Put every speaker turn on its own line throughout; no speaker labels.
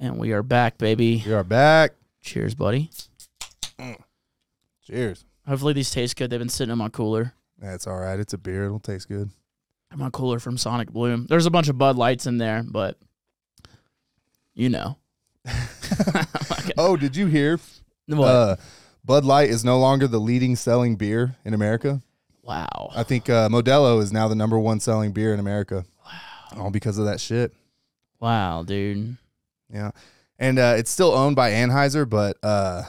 And we are back, baby.
We are back.
Cheers, buddy.
Cheers.
Hopefully these taste good. They've been sitting in my cooler.
That's all right. It's a beer. It'll taste good.
In my cooler from Sonic Bloom. There's a bunch of Bud Lights in there, but you know.
Oh, did you hear?
What?
Uh, Bud Light is no longer the leading selling beer in America.
wow.
I think uh, Modelo is now the number one selling beer in America. Wow. All because of that shit.
wow, dude.
Yeah. And uh, it's still owned by Anheuser, but uh,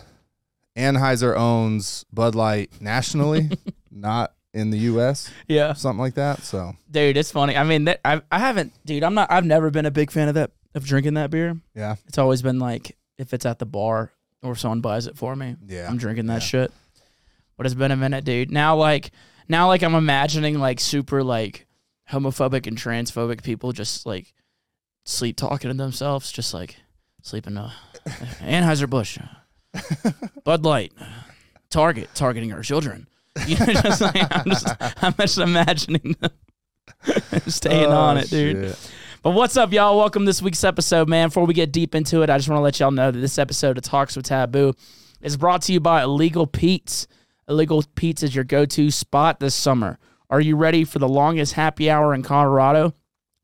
Anheuser owns Bud Light nationally, not in the U.S.,
Yeah.
something like that. So,
Dude, it's funny. I mean, that, I, I haven't, dude, I'm not, I've never been a big fan of that, of drinking that beer.
yeah.
It's always been like if it's at the bar or if someone buys it for me,
Yeah.
I'm drinking that shit. But it's been a minute, dude. Now like now like I'm imagining like super like homophobic and transphobic people just like sleep talking to themselves, just like sleeping uh Anheuser Busch, Bud Light, uh, Target targeting our children. You know, just like I'm just I'm just imagining them staying on
Oh,
it, dude.
shit.
But what's up, y'all? Welcome to this week's episode, man. Before we get deep into it, I just want to let y'all know that this episode of Talks with Taboo is brought to you by Illegal Pete's. Illegal Pete's is your go to spot this summer. Are you ready for the longest happy hour in Colorado?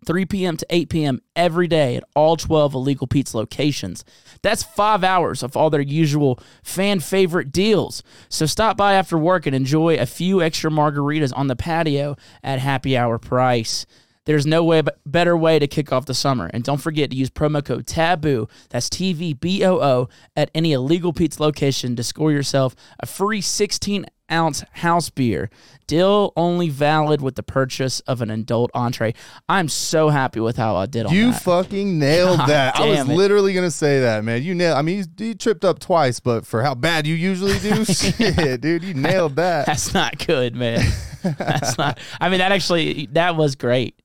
3 p.m. to 8 p.m. every day at all 12 Illegal Pete's locations. That's five hours of all their usual fan favorite deals. So stop by after work and enjoy a few extra margaritas on the patio at happy hour price. There's no way but better way to kick off the summer. And don't forget to use promo code TABOO, that's T V B O O, at any Illegal Pete's location to score yourself a free 16 ounce house beer. Deal only valid with the purchase of an adult entree. I'm so happy with how I did on
You
that.
fucking nailed
God
that. I was
damn it.
literally gonna say that, man. You nailed. I mean, you, you tripped up twice, but for how bad you usually do, shit, dude, you nailed that.
That's not good, man. That's not. I mean, that actually that was great,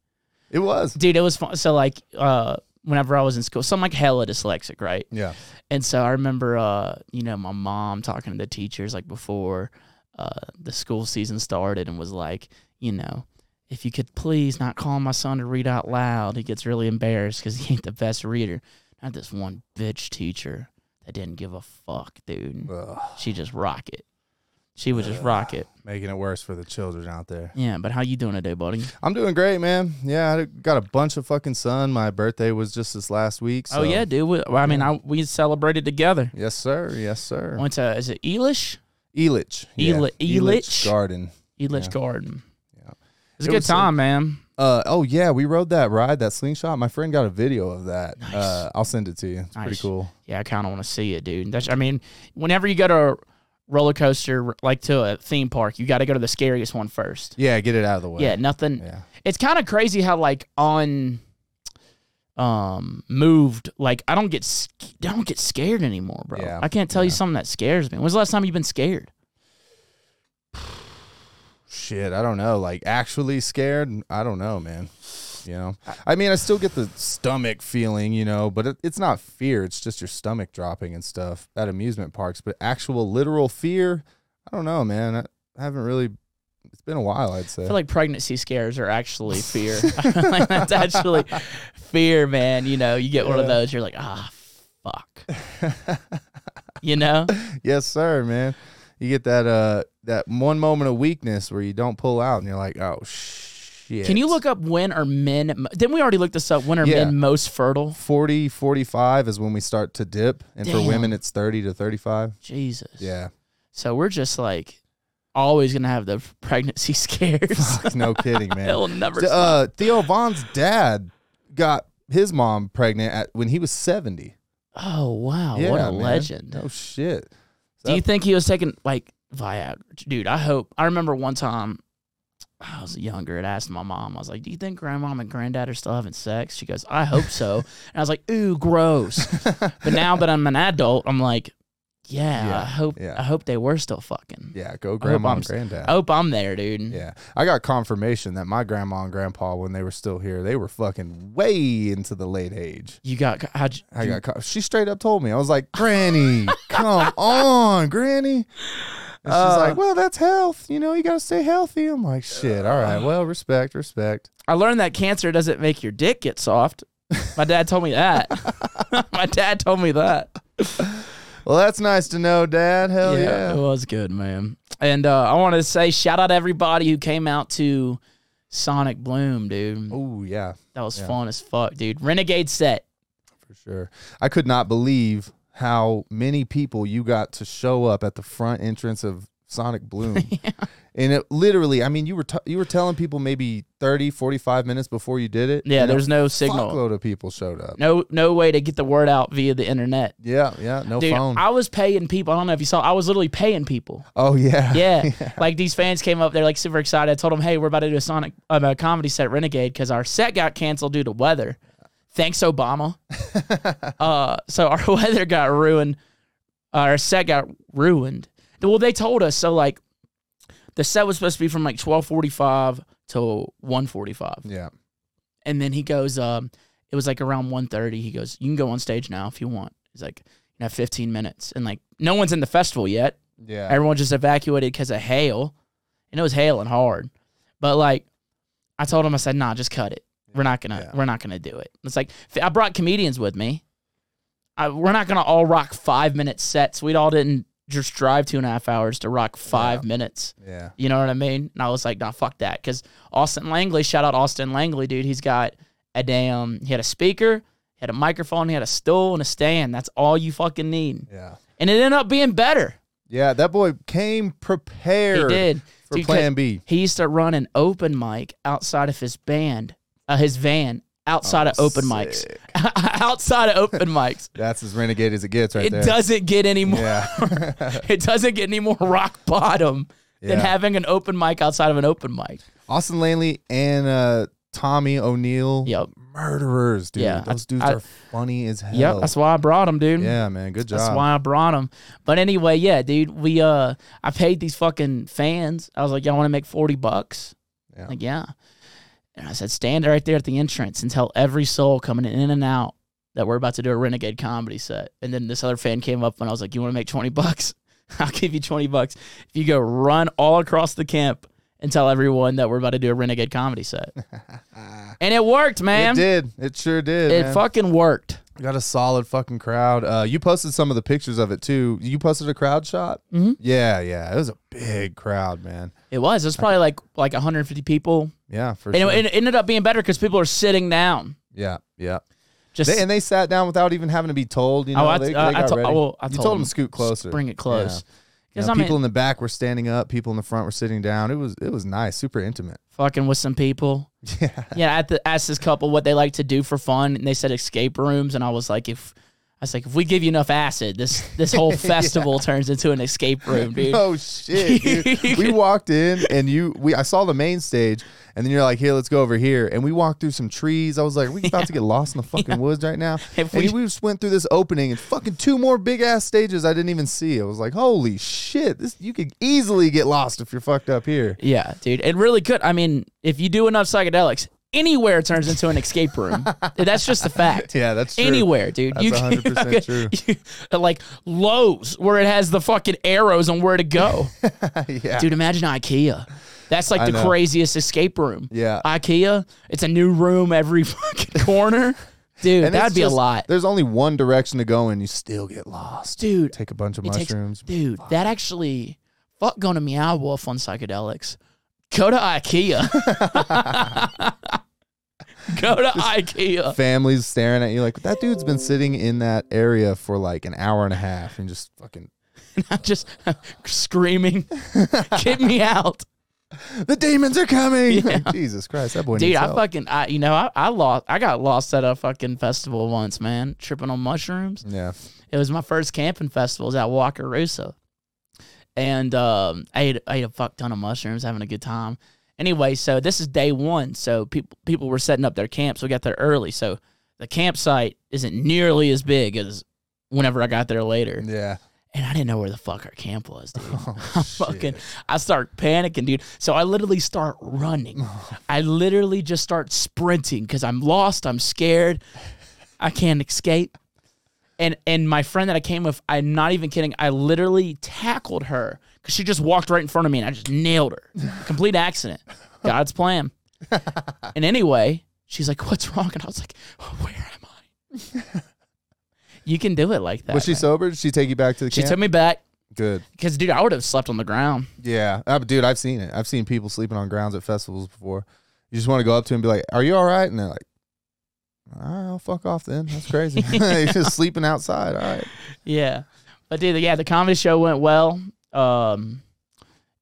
It was.
dude. It was fun. So like, uh, whenever I was in school, so I'm like hella dyslexic, right?
Yeah.
And so I remember, uh, you know, my mom talking to the teachers like before uh, the school season started and was like, you know, if you could please not call my son to read out loud, he gets really embarrassed because he ain't the best reader. Not this one bitch teacher that didn't give a fuck, dude.
Ugh,
She just rock it. She would just rock it.
making it worse for the children out there.
Yeah, but how you doing today, buddy?
I'm doing great, man. Yeah, I got a bunch of fucking sun. My birthday was just this last week. So.
oh yeah, dude. We, well, I mean, I, we celebrated together.
Yes, sir. Yes, sir.
Went to is it Elish?
Elitch.
Oh, Eli- Elitch?
Garden.
Elish
Yeah.
Garden.
Yeah.
It's a
It
good
was a-
time, man.
Uh, oh yeah, we rode that ride, that slingshot. My friend got a video of that.
Nice.
Uh, I'll send it to you. It's
Nice.
pretty cool.
yeah, I kind of want to see it, dude. That's, I mean, whenever you go to a roller coaster, like to a theme park, you got to go to the scariest one first.
Yeah, get it out of the way.
Yeah, nothing.
Yeah.
It's kind of crazy how like on, um, moved. Like I don't get, sc- I don't get scared anymore, bro.
Yeah,
I can't tell you something that scares me. When's the last time you've been scared?
shit, I don't know, like actually scared. I don't know, man. You know, I mean, I still get the stomach feeling, you know, but it, it's not fear. It's just your stomach dropping and stuff at amusement parks. But actual literal fear, I don't know, man. I, I haven't really. It's been a while, I'd say.
I feel like pregnancy scares are actually fear. like that's actually fear, man. You know, you get one of
Yeah.
those, you're like, ah, fuck. you know.
yes, sir, man. You get that uh that one moment of weakness where you don't pull out and you're like, oh shit.
Can you look up when are men? Didn't we already look this up? When are
Yeah.
men most fertile?
40, 45 is when we start to dip, and for
Damn.
women it's thirty to thirty-five.
Jesus.
Yeah,
So we're just like always gonna have the pregnancy scares.
no kidding, man.
It'll never.
Th-
stop.
uh, Theo Vaughn's dad got his mom pregnant at, when he was 70.
oh wow!
yeah,
what a
man.
legend.
Oh, shit.
Do you think he was taking like Viagra, dude? I hope. I remember one time I was younger and I asked my mom. I was like, "Do you think grandmom and granddad are still having sex?" She goes, "I hope so." and I was like, "Ooh, gross." but now that I'm an adult, I'm like, "Yeah, I
Yeah,
hope.
yeah.
I hope they were still fucking."
Yeah, go grandma
I'm
and
s-
granddad.
I hope I'm there, dude.
Yeah. I got confirmation that my grandma and grandpa, when they were still here, they were fucking way into the late age.
You got how'd you,
I got, co- she straight up told me, I was like, Granny, come on, Granny. And she's
Uh.
like, well, that's health. You know, you got to stay healthy.
Uh.
I'm like, shit. All right. Well, respect, respect.
I learned that cancer doesn't make your dick get soft. My dad told me that. My dad told me that.
Well, that's nice to know, Dad. Hell
it was good, man. And uh, I want to say shout out to everybody who came out to Sonic Bloom, dude.
Oh, yeah,
That was
yeah.
fun as fuck, dude. Renegade set.
for sure. I could not believe how many people you got to show up at the front entrance of Sonic Bloom. And it literally, I mean, you were t- you were telling people maybe 30, 45 minutes before you did it.
Yeah,
and a
there's no signal.
Fuckload of people showed up.
No no way to get the word out via the internet.
Yeah, yeah, no
Dude,
phone.
I was paying people. I don't know if you saw. I was literally paying people.
oh yeah,
Yeah, like these fans came up. They're like super excited. I told them, "Hey, we're about to do a Sonic um, a comedy set, at Renegade, because our set got canceled due to weather. Thanks, Obama. uh, so our weather got ruined. Uh, our set got ruined. Well, they told us so. Like the set was supposed to be from like twelve forty five to one forty five,
yeah.
and then he goes, um, it was like around 1.30. He goes, "You can go on stage now if you want." He's like, "You have fifteen minutes," and like no one's in the festival yet.
Yeah.
Everyone just evacuated because of hail, and it was hailing hard. But like, I told him, I said, "Nah, just cut it. We're not gonna,
Yeah.
we're not gonna do it." It's like f- I brought comedians with me. I, we're not gonna all rock five minute sets. We all didn't just drive two and a half hours to rock five minutes.
Yeah.
You know what I mean? And I was like, "Nah, fuck that." Because Austin Langley, shout out Austin Langley, dude. He's got a damn. He had a speaker, he had a microphone, he had a stool and a stand. That's all you fucking need.
Yeah.
And it ended up being better.
Yeah, that boy came
He
prepared
did.
for
Dude, 'cause-
Plan B.
he used to run an open mic outside of his band, uh, his van, outside of open
Oh, sick.
mics, outside of open mics.
That's as renegade as it gets, right
it
there.
doesn't get any more.
Yeah.
It doesn't get any more rock bottom than
Yeah.
having an open mic outside of an open mic.
Austin Langley and uh, Tommy O'Neill.
Yep.
Murderers, dude.
Yeah, I-
Those dudes
I-
are funny as hell.
Yep, that's why I brought him, dude.
yeah, man. Good job.
That's why I brought him. But anyway, yeah, dude, we uh, I paid these fucking fans. I was like, y'all want to make forty bucks?
Yeah.
Like, yeah. And I said, stand right there at the entrance and tell every soul coming in and out that we're about to do a renegade comedy set. And then this other fan came up and I was like, you want to make twenty bucks? I'll give you twenty bucks if you go run all across the camp and tell everyone that we're about to do a renegade comedy set. and it worked, man.
it did. It sure did.
It
man.
fucking worked.
Got a solid fucking crowd. Uh, you posted some of the pictures of it too. You posted a crowd shot.
Mhm.
Yeah, yeah. It was a big crowd, man.
It was. It was probably like like 150 people,
Yeah, for
and
sure.
it, it ended up being better because people are sitting down.
yeah, yeah.
Just
They, and they sat down without even having to be told. You know,
oh, I,
they, they
I, I
got
to-
ready.
I, well, I
you
told,
told them
them
to scoot closer.
Bring it close.
You
Because
know,
I'm
people in the back were standing up. People in the front were sitting down. It was it was nice, super intimate.
fucking with some people.
Yeah,
Yeah, I had to ask this couple what they like to do for fun, and they said escape rooms, and I was like, if I was like, if we give you enough acid, this this whole festival turns into an escape room, dude.
Oh shit! dude. we walked in and you, we, I saw the main stage, and then you're like, "Here, let's go over here." And we walked through some trees. I was like, "We about to get lost in the fucking woods right now."
If
and
we-
we just went through this opening and fucking two more big ass stages I didn't even see. I was like, "Holy shit! This you could easily get lost if you're fucked up here."
Yeah, dude, it really could. I mean, if you do enough psychedelics, anywhere turns into an escape room. That's just a fact.
Yeah, that's true.
Anywhere, dude.
That's 100% true.
true. Like Lowe's, where it has the fucking arrows on where to go.
yeah,
Dude, imagine IKEA. That's like the
know.
craziest escape room.
yeah.
IKEA, it's a new room every fucking corner. Dude,
And
that'd
it's
be
just-
a lot.
There's only one direction to go, and you still get lost.
Dude,
Take a bunch of
it takes-
mushrooms.
dude, that actually fuck going to Meow Wolf on psychedelics. Go to IKEA. Go to IKEA.
families staring at you like that dude's been sitting in that area for like an hour and a half and just fucking
Just screaming, get me out.
the demons are coming
Yeah.
jesus christ that boy
Dude,
needs
I
help.
fucking, I, you know, I, I lost, I got lost at a fucking festival once, man, tripping on mushrooms.
yeah
It was my first camping festival. It was at Wakarusa. And um, I, ate, I ate a fuck ton of mushrooms, having a good time. Anyway, so this is day one. So people people were setting up their camps. We got there early. So the campsite isn't nearly as big as whenever I got there later.
yeah
And I didn't know where the fuck our camp was, dude.
oh,
I'm fucking, I start panicking, dude. So I literally start running. I literally just start sprinting because I'm lost. I'm scared. I can't escape. And and my friend that I came with, I'm not even kidding. I literally tackled her because she just walked right in front of me, and I just nailed her. Complete accident. God's plan. And anyway, She's like, "What's wrong?" And I was like, "Where am I?" you can do it like that.
Was she
man.
sober? Did she take you back to the
She
camp?
took me back
Good.
because, dude, I would have slept on the ground.
Yeah, Uh, dude, I've seen it. I've seen people sleeping on grounds at festivals before. You just want to go up to 'em and be like, "Are you all right?" And they're like, "All right, I'll fuck off then. That's crazy. He's just sleeping outside. All right.
Yeah, but dude, yeah, the comedy show went well. Um,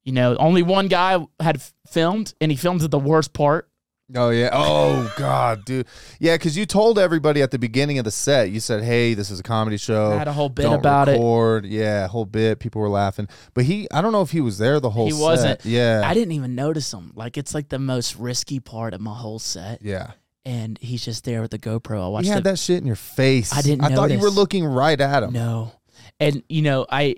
you know, only one guy had f- filmed, and he filmed the worst part.
Oh yeah. Oh god, dude. Yeah, because you told everybody at the beginning of the set. You said, "Hey, this is a comedy show."
I had a whole bit
Don't
about it.
record. Yeah, whole bit. People were laughing, but he. I don't know if he was there the whole.
He
set.
wasn't.
Yeah.
I didn't even notice him. Like it's like the most risky part of my whole set,
yeah.
and he's just there with the GoPro. I watched
You
the
had that shit in your face.
I didn't
I thought you were
notice.
looking right at him.
No. And you know, I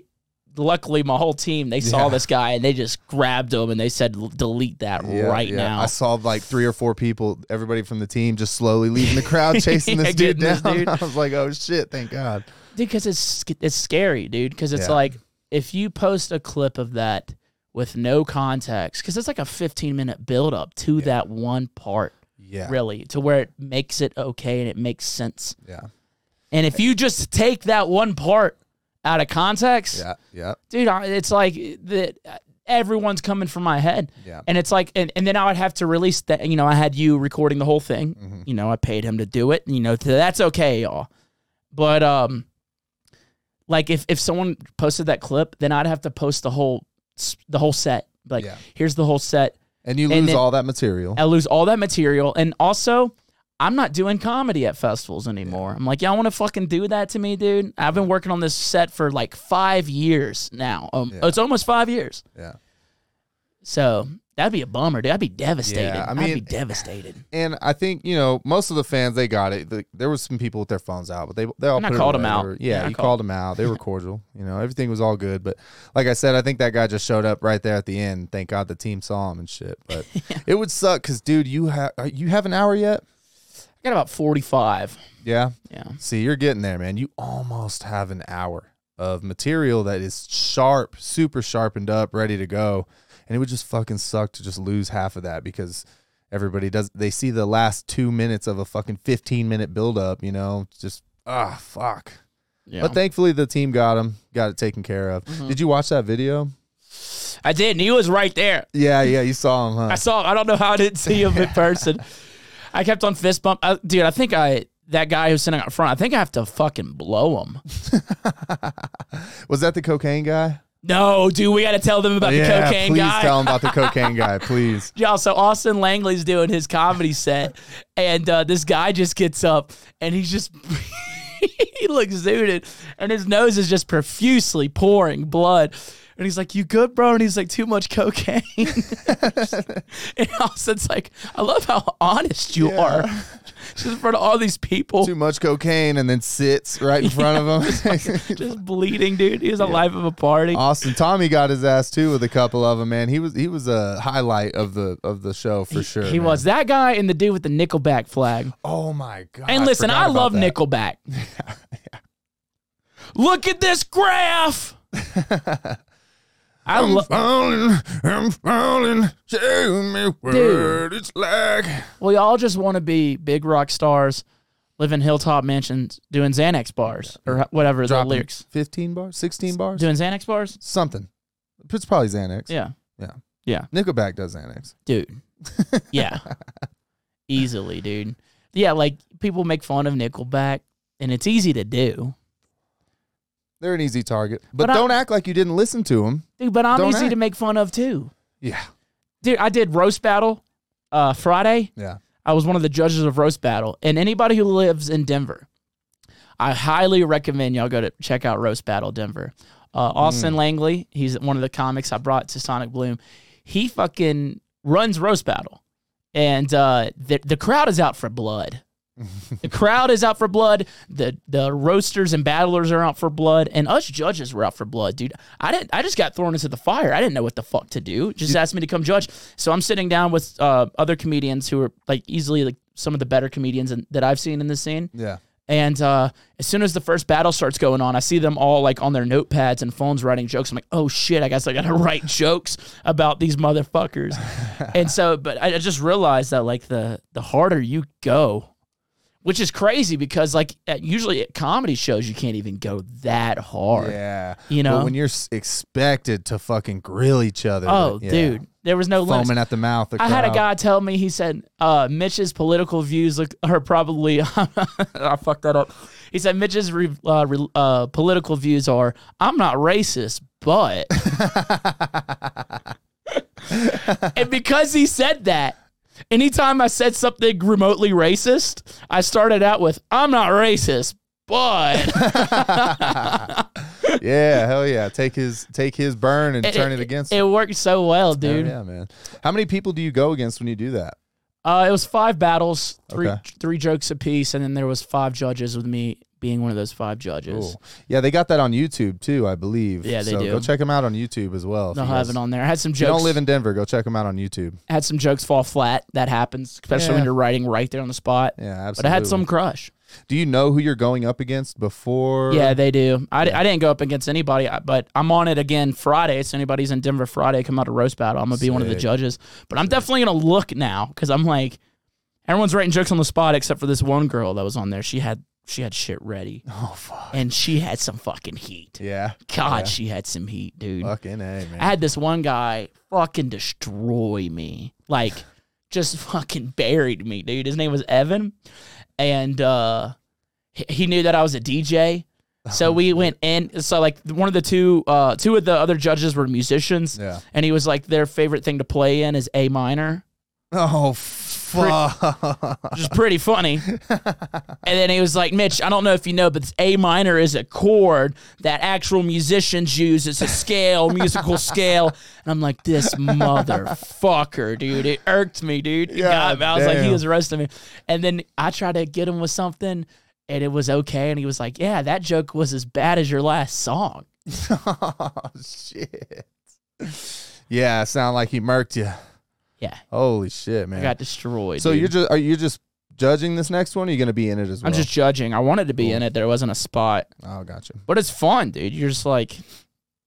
luckily my whole team they saw
Yeah.
this guy and they just grabbed him and they said "L- delete that
Yeah,
right
yeah.
now.
I saw like three or four people, everybody from the team, just slowly leaving the crowd, chasing
Yeah,
this dude
getting
down.
this dude.
I was like, "Oh shit! Thank God."
dude, cuz it's sc- it's scary, dude, cuz it's
Yeah.
like if you post a clip of that with no context cuz it's like a 15 minute build up to that one part
Yeah.
really to where it makes it okay and it makes sense.
Yeah.
And if you just take that one part out of context,
Yeah. Yeah.
dude, I, it's like the, everyone's coming from my head.
Yeah.
And it's like, and, and then I would have to release that. You know, I had you recording the whole thing.
Mm-hmm.
You know, I paid him to do it. You know, that's okay, y'all. But, um, like if, if someone posted that clip, then I'd have to post the whole, s- the whole set. Like,
Yeah.
here's the whole set.
And you lose
And then-
all that material.
I lose all that material. And also, I'm not doing comedy at festivals anymore. I'm like, y'all want to fucking do that to me, dude? I've been working on this set for like five years now. Um,
Yeah.
It's almost five years.
Yeah.
So that'd be a bummer, dude. I'd be devastated.
I
I would be
mean-
devastated.
And I think you know most of the fans they got it. The, there was some people with their phones out, but they they all
And I
put it
called 'em
away.
out.
They were- yeah,
Yeah, I
you
called-
called them out. They were cordial. You know, everything was all good. But like I said, I think that guy just showed up right there at the end. Thank God the team saw him and shit. But it would suck because dude, you have you have an hour yet?
I got about 45.
Yeah.
Yeah.
See, you're getting there, man. You almost have an hour of material that is sharp, super sharpened up, ready to go. And it would just fucking suck to just lose half of that because everybody does they see the last 2 minutes of a fucking 15 minute build up, you know, It's just ah fuck.
Yeah. Mm-hmm.
But thankfully the team got him, got it taken care of. Did you watch that video?
I did. And he was right there.
Yeah, yeah, you saw him, huh?
I saw him. I don't know how I didn't see him in person. I kept on fist bump. I, dude, I think I, that guy who's sitting out front, I think I have to fucking blow him.
Was that the cocaine guy?
No, dude, we got to tell them about
yeah,
the cocaine
please
guy.
tell him about the cocaine guy, please.
Y'all, so Austin Langley's doing his comedy set, and uh, this guy just gets up and he's just he looks zooted, and his nose is just profusely pouring blood. And he's like, "You good, bro?" And he's like, "Too much cocaine." and Austin's like, "I love how honest you
Yeah.
are, just in front of all these people,
Too much cocaine and then sits right in front of him.
just bleeding, dude. He was a life of a party."
Austin Tommy got his ass too with a couple of them, man. He was he was a highlight of the of the show for sure.
he
man.
was that guy and the dude with the Nickelback flag.
Oh my god!
And listen,
forgot
I
about
love
that.
Nickelback. Look at this graph. I
I'm
love.
falling, I'm falling. Show me what
Dude.
it's like.
We all just want to be big rock stars, live in hilltop mansions, doing Xanax bars or whatever the
Dropping
lyrics.
Fifteen bars, sixteen bars,
Doing Xanax bars?
something. It's probably Xanax.
Yeah,
yeah.
yeah,
Nickelback does Xanax.
dude. Yeah, easily, dude. Yeah, like people make fun of Nickelback, and it's easy to do,
They're an easy target, but,
But I-
don't act like you didn't listen to them.
dude. But I'm
Don't
easy
act.
to make fun of too,
Yeah,
dude. I did roast battle uh, Friday.
yeah.
I was one of the judges of Roast Battle. And anybody who lives in Denver, I highly recommend y'all go to check out Roast Battle Denver. Uh, Austin Langley, he's one of the comics I brought to Sonic Bloom. He fucking runs Roast Battle. And uh, the, the crowd is out for blood. the crowd is out for blood. The the roasters and battlers are out for blood, and us judges were out for blood, dude. I didn't. I just got thrown into the fire. I didn't know what the fuck to do. Just asked me to come judge. So I'm sitting down with uh, other comedians who are like easily like some of the better comedians in, that I've seen in this scene,
Yeah.
And uh, as soon as the first battle starts going on, I see them all like on their notepads and phones writing jokes. I'm like, oh shit, I guess I gotta write jokes about these motherfuckers. and so, but I I just realized that like the the harder you go, which is crazy because like at, usually at comedy shows you can't even go that hard.
Yeah.
You know?
But when you're s- expected to fucking grill each other.
Oh,
yeah.
dude, there was no limits.
Foaming at the mouth. the
I had a
crowd.
guy tell me he said uh, Mitch's political views look, are probably I fucked that up. He said Mitch's re, uh, re, uh, political views are I'm not racist, but and because he said that, anytime I said something remotely racist, I started out with I'm not racist, but
yeah, hell yeah. Take his take his burn and turn it, against
It worked so well,
him.
dude.
yeah, man. How many people do you go against when you do that?
Uh, it was five battles, three
Okay.
three jokes apiece, and then there was five judges with me being one of those five judges.
Cool. Yeah, they got that on YouTube too, I believe.
Yeah, they
so
do.
Go check them out on YouTube as well. if
They'll
you
have
guys-
it on there. I had some
If you
jokes.
don't live in Denver, go check them out on YouTube.
had some jokes fall flat. That happens, especially when
Yeah.
you're writing right there on the spot.
Yeah, absolutely.
But I had some crush.
Do you know who you're going up against before?
Yeah, they do. I, I didn't go up against anybody, I- but I'm on it again Friday. So anybody's in Denver Friday, come out to roast battle. I'm gonna be one of the
Sick.
judges. But I'm definitely gonna look now because I'm like, everyone's writing jokes on the spot except for this one girl that was on there. She had she had shit ready,
Oh fuck.
and she had some fucking heat.
Yeah.
God,
Yeah.
she had some heat, dude.
Fucking a man.
I had this one guy fucking destroy me. Like, just fucking buried me, dude. His name was Evan. And uh he- he knew that I was a DJ. So we went in. So like one of the two, uh, two of the other judges were musicians,
yeah.
and he was like their favorite thing to play in is A minor,
Oh fuck.
which is pretty funny. and then he was like, Mitch, I don't know if you know, but this A minor is a chord that actual musicians use. It's a scale, musical scale. And I'm like, this motherfucker, dude. It irked me, dude. It
Yeah,
got me. I was like, he
damn.
was roasting me. And then I tried to get him with something, and it was okay. And he was like, yeah, that joke was as bad as your last song.
oh shit. Yeah, sound like he murked you.
Yeah,
Holy shit,
I
man.
got destroyed.
so
dude.
you're just are you just judging this next one? Or are you gonna be in it as well?
I'm just judging. I wanted to be
Cool.
in it. There wasn't a spot.
Oh, gotcha.
But it's fun, dude. You're just like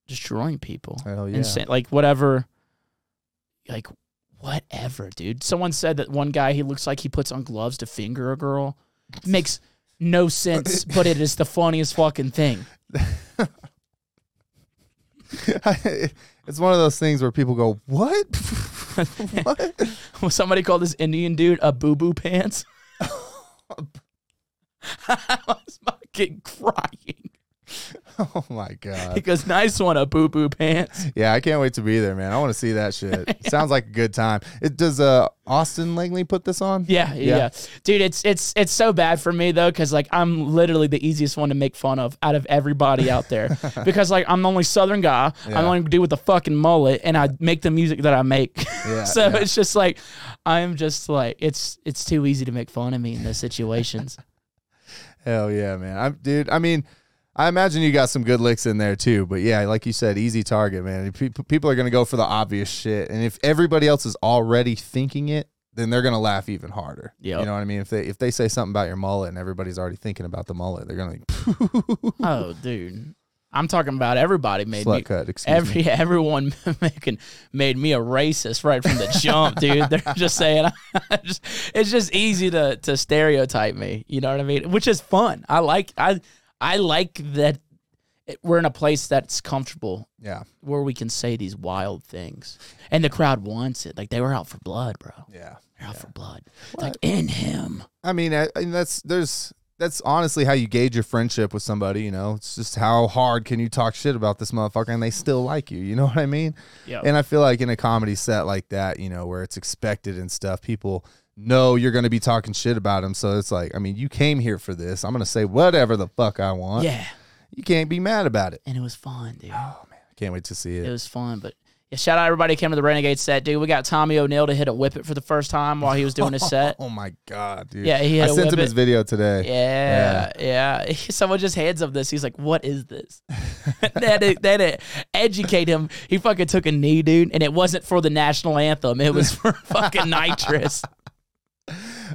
destroying people.
Hell yeah.
And say- like whatever, like whatever, dude. Someone said that one guy he looks like he puts on gloves to finger a girl. Makes no sense, but it is the funniest fucking thing.
it's one of those things where people go, "What? what?"
Well, Somebody called this Indian dude a boo boo pants. I was fucking crying.
Oh my
He
god.
goes, "Nice one, a boo boo pants."
Yeah, I can't wait to be there, man. I want to see that shit. Sounds like a good time. It does. Uh, Austin Langley put this on.
Yeah, yeah,
Yeah.
dude. It's it's it's so bad for me though, because like I'm literally the easiest one to make fun of out of everybody out there, because like I'm the only Southern guy. I'm
Yeah.
the only dude with a fucking mullet, and I make the music that I make.
Yeah,
so
yeah.
it's just like I'm just like it's it's too easy to make fun of me in those situations.
Hell yeah, man. I'm dude. I mean, I imagine you got some good licks in there too. But yeah, like you said, easy target, man. Pe- People are gonna go for the obvious shit, and if everybody else is already thinking it, then they're gonna laugh even harder.
Yep.
You know what I mean? If they if they say something about your mullet and everybody's already thinking about the mullet, they're gonna
oh, dude, I'm talking about everybody made me
slut cut. Excuse me.
Every everyone making made me a racist right from the jump, dude. They're just saying, I just, it's just easy to to stereotype me. You know what I mean? Which is fun. I like I I like that it, we're in a place that's comfortable
Yeah.
where we can say these wild things, and the crowd wants it. Like they were out for blood, bro.
Yeah.
They're out for blood. It's like in him.
I mean, I, and that's there's that's honestly how you gauge your friendship with somebody. You know, it's just how hard can you talk shit about this motherfucker and they still like you. You know what I mean?
Yeah.
And I feel like in a comedy set like that, you know, where it's expected and stuff, people know you're going to be talking shit about them. So it's like, I mean, you came here for this. I'm going to say whatever the fuck I want.
Yeah,
You can't be mad about it.
and it was fun, dude.
Oh man, I can't wait to see
It
it.
was fun, but yeah, shout out everybody who came to the Renegade set, dude. We got Tommy O'Neill to hit a whip it for the first time while he was doing his set.
Oh my god, dude.
Yeah, he
I
had a
sent him
whip
his
it.
video today.
Yeah, yeah. Someone just hands him this. He's like, "What is this?" they, had to, they had to educate him. He fucking took a knee, dude, and it wasn't for the national anthem. It was for fucking nitrous.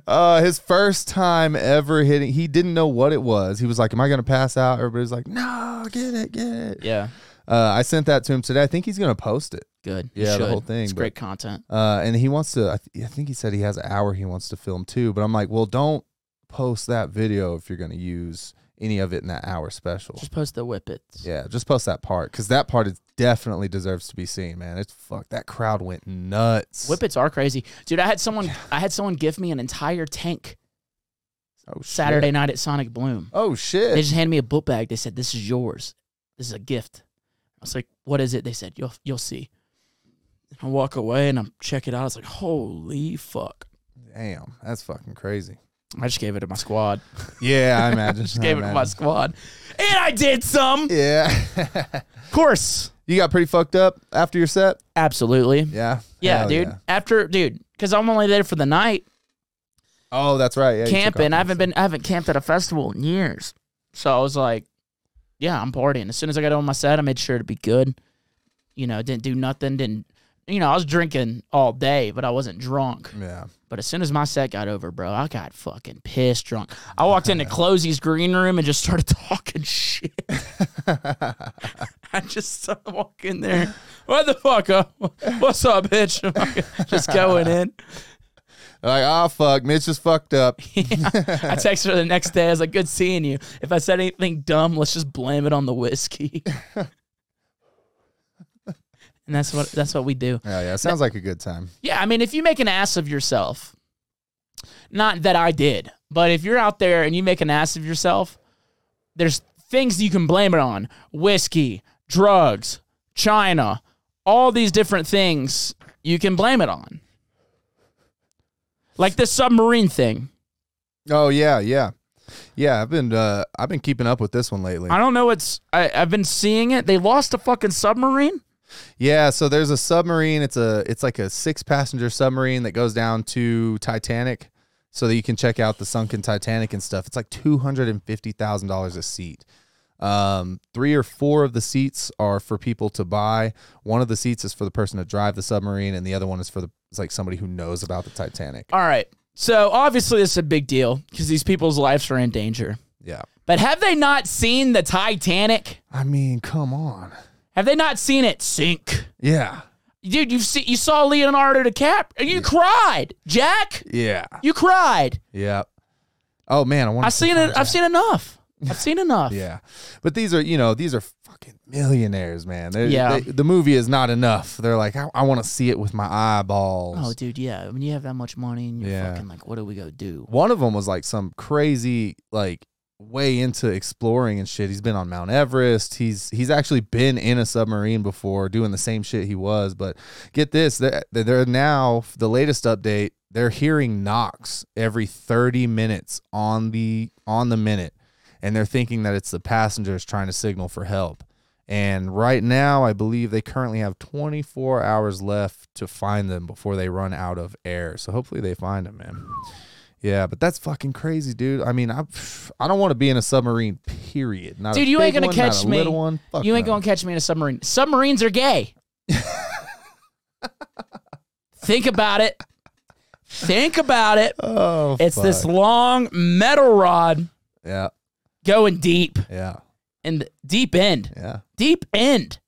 Uh, his first time ever hitting, he didn't know what it was. He was like, "Am I gonna pass out?" Everybody was like, "No, get it, get it."
Yeah,
Uh, I sent that to him today. I think he's gonna post it.
good. You
Yeah, the
should.
whole thing,
It's
but-
great content.
Uh, and he wants to. I, th- I think he said he has an hour he wants to film too. But I'm like, well, don't post that video if you're gonna use any of it in that hour special.
Just post the whippets.
yeah, just post that part because that part is definitely deserves to be seen, man. It's fuck that crowd went nuts.
Whippets are crazy, dude. I had someone, I had someone give me an entire tank
oh, shit.
Saturday night at Sonic Bloom.
Oh shit!
They just handed me a book bag. They said, "This is yours. This is a gift." I was like, "What is it?" They said, "You'll you'll see." I walk away and I check it out. It's like, "Holy fuck!"
Damn, that's fucking crazy.
I just gave it to my squad. Oh,
Yeah, I imagine.
just
I
gave it to my
imagine.
squad, and I did some.
Yeah.
Of course,
you got pretty fucked up after your set.
absolutely.
Yeah.
Yeah,
Hell
dude. After, dude, because I'm only there for the night
Oh, that's right. Yeah, you took
camping.
off
I haven't
your
been, I haven't camped at a festival in years. So I was like, yeah, I'm partying. As soon as I got on my set, I made sure to be good. You know, didn't do nothing. Didn't, you know, I was drinking all day, but I wasn't drunk.
set. Yeah.
But as soon as my set got over, bro, I got fucking pissed drunk. I walked into Closey's green room and just started talking shit. I just started walking there. What the fuck up? What's up, bitch? just going in.
Like, oh fuck, Mitch is fucked up.
I texted her the next day. I was like, "Good seeing you." If I said anything dumb, let's just blame it on the whiskey. and that's what that's what we do.
Yeah, yeah. Sounds like a good time.
Yeah, I mean, if you make an ass of yourself, not that I did, but if you're out there and you make an ass of yourself, there's things you can blame it on whiskey, drugs, China, all these different things you can blame it on. Like this submarine thing.
Oh yeah, yeah, yeah. I've been uh, I've been keeping up with this one lately.
I don't know what's, I, I've been seeing it. They lost a fucking submarine.
Yeah, so there's a submarine. It's a it's like a six passenger submarine that goes down to Titanic, so that you can check out the sunken Titanic and stuff. It's like two hundred and fifty thousand dollars a seat. Um, three or four of the seats are for people to buy. One of the seats is for the person to drive the submarine, and the other one is for the it's like somebody who knows about the Titanic.
All right. So obviously, this is a big deal because these people's lives are in danger.
Yeah,
But have they not seen the Titanic?
I mean, come on.
Have they not seen it sink?
Yeah,
Dude, you've seen, you saw Leonardo DiCaprio. You cried, Jack.
yeah,
You cried.
yeah. Oh man, I want.
I've seen it. I've seen enough. I've seen enough.
Yeah, but these are you know these are fucking millionaires, man. They're,
Yeah.
they- the movie is not enough. They're like, I, I want to see it with my eyeballs.
Oh, dude, yeah. When you have that much money and you're
Yeah.
fucking like, what do we go do?
One of them was like some crazy like way into exploring and shit. He's been on Mount Everest. He's he's actually been in a submarine before, doing the same shit he was. But get this, they're, they're now the latest update. They're hearing knocks every thirty minutes on the on the minute, and they're thinking that it's the passengers trying to signal for help. And right now, I believe they currently have 24 hours left to find them before they run out of air. So hopefully they find them, man. Yeah, but that's fucking crazy, dude. I mean, I I don't want to be in a submarine. Period. Not
Dude,
a
you
big
ain't gonna
one, not
catch
a
me.
Little one. Fuck
you ain't
no.
gonna catch me in a submarine. Submarines are gay. Think about it. Think about it.
Oh,
It's this
fuck.
long metal rod
Yeah,
going deep
yeah,
in the deep end.
yeah,
Deep end.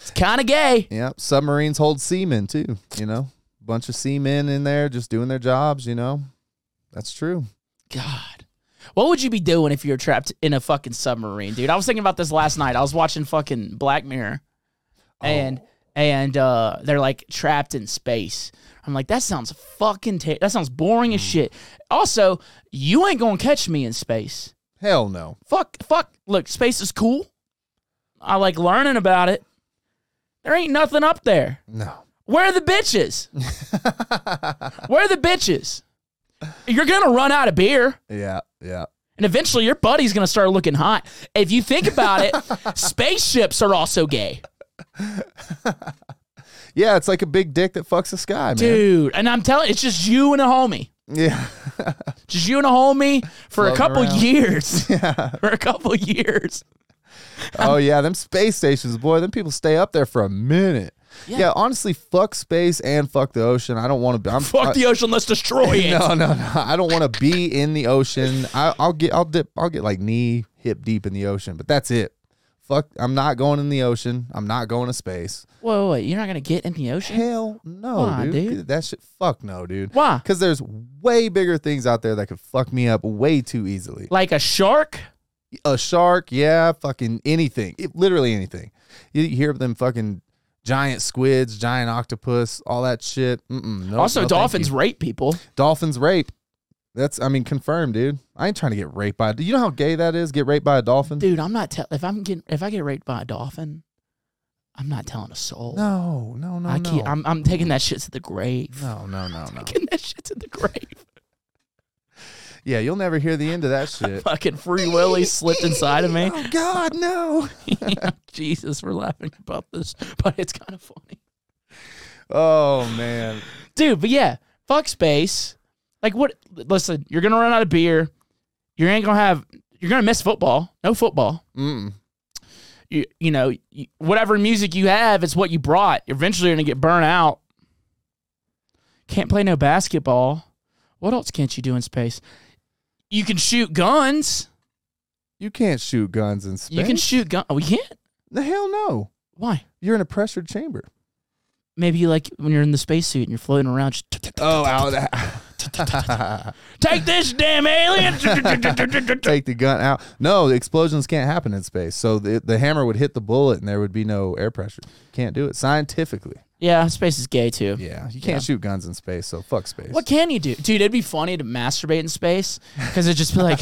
It's kind of gay.
yeah. Submarines hold seamen too. You know, bunch of seamen in there just doing their jobs. You know, that's true.
God. What would you be doing if you were trapped in a fucking submarine, dude? I was thinking about this last night. I was watching fucking Black Mirror. And and uh they're like trapped in space. I'm like, that sounds fucking ter- that sounds boring as shit. Also, you ain't gonna catch me in space.
Hell no.
Fuck fuck look, space is cool. I like learning about it. There ain't nothing up there.
No.
Where are the bitches? Where are the bitches? You're gonna run out of beer,
Yeah, yeah.
and eventually your buddy's gonna start looking hot. If you think about it, spaceships are also gay,
Yeah, it's like a big dick that fucks the sky, man.
dude. And I'm telling, it's just you and a homie,
Yeah.
just you and a homie for a
Floating
couple
around.
years,
yeah.
for a couple years.
Oh yeah, them space stations, boy. Them people stay up there for a minute.
Yeah.
Yeah. honestly, fuck space and fuck the ocean. I don't want to. I'm
Fuck the ocean, let's destroy it.
No, no, no. I don't want to be in the ocean. I, I'll get, I'll dip, I'll get like knee, hip deep in the ocean, but that's it. Fuck, I'm not going in the ocean. I'm not going to space.
Whoa, wait, you're not gonna get in the ocean?
Hell no,
Why,
dude.
dude?
That shit, fuck no, dude.
Why?
Because there's way bigger things out there that could fuck me up way too easily.
Like a shark?
A shark, yeah, fucking anything, It- literally anything. You hear of them fucking giant squids, giant octopus, all that shit. Mm-mm, no,
also,
no thank
dolphins
you.
rape people.
dolphins rape. That's, I mean, confirmed, dude. I ain't trying to get raped by. Do you know how gay that is? Get raped by a dolphin?
Dude, I'm not telling. If I'm getting, if I get raped by a dolphin, I'm not telling a soul.
No, no, no,
I
no.
can't. I'm, I'm taking that shit to the grave.
no, no, no, no.
Taking that shit to the grave.
Yeah, you'll never hear the end of that shit.
Fucking free willy slipped inside of me.
Oh God, no.
Jesus, we're laughing about this, but it's kind of funny,
Oh man.
dude. But yeah, fuck space. Like what? Listen, you're gonna run out of beer. You ain't gonna have. You're gonna miss football. No football.
Mm.
You, you know, you, whatever music you have, it's what you brought. Eventually, you're gonna get burnt out. Can't play no basketball. What else can't you do in space? You can shoot guns.
You can't shoot guns in space.
You can shoot gun. Oh, we can't.
the hell no.
Why?
You're in a pressured chamber.
Maybe you like when you're in the spacesuit and you're floating around. Just
Oh, ow! That.
Take this damn alien.
Take the gun out. No, the explosions can't happen in space. So the the hammer would hit the bullet, and there would be no air pressure. Can't do it scientifically.
yeah, space is gay too.
Yeah, you can't shoot guns in space. So fuck space.
What can you do? Dude, it'd be funny to masturbate in space because it'd just be like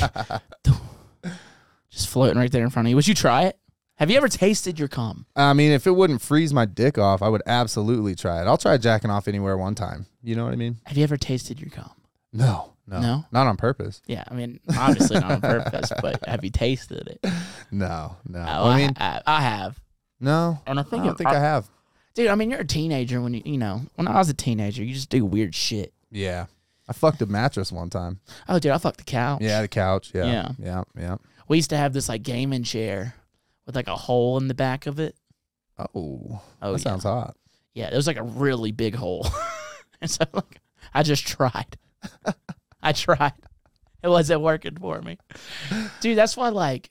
just floating right there in front of you. Would you try it? Have you ever tasted your cum?
I mean, if it wouldn't freeze my dick off, I would absolutely try it. I'll try jacking off anywhere one time. You know what I mean?
Have you ever tasted your cum?
No, no,
No?
not on purpose.
Yeah, I mean, obviously not on purpose, but have you tasted it?
No, no.
Oh,
I mean,
I, I have.
no.
And I think,
I don't think I have.
dude, I mean, you're a teenager when you, you know, when I was a teenager, you just do weird shit.
Yeah, I fucked a mattress one time.
Oh, dude, I fucked the couch.
Yeah, the couch. Yeah,
Yeah.
yeah, yeah.
We used to have this like gaming chair with like a hole in the back of it.
Oh,
Oh,
that
yeah.
sounds hot.
Yeah, there was like a really big hole. and so like I just tried. I tried. It wasn't working for me. Dude, that's why like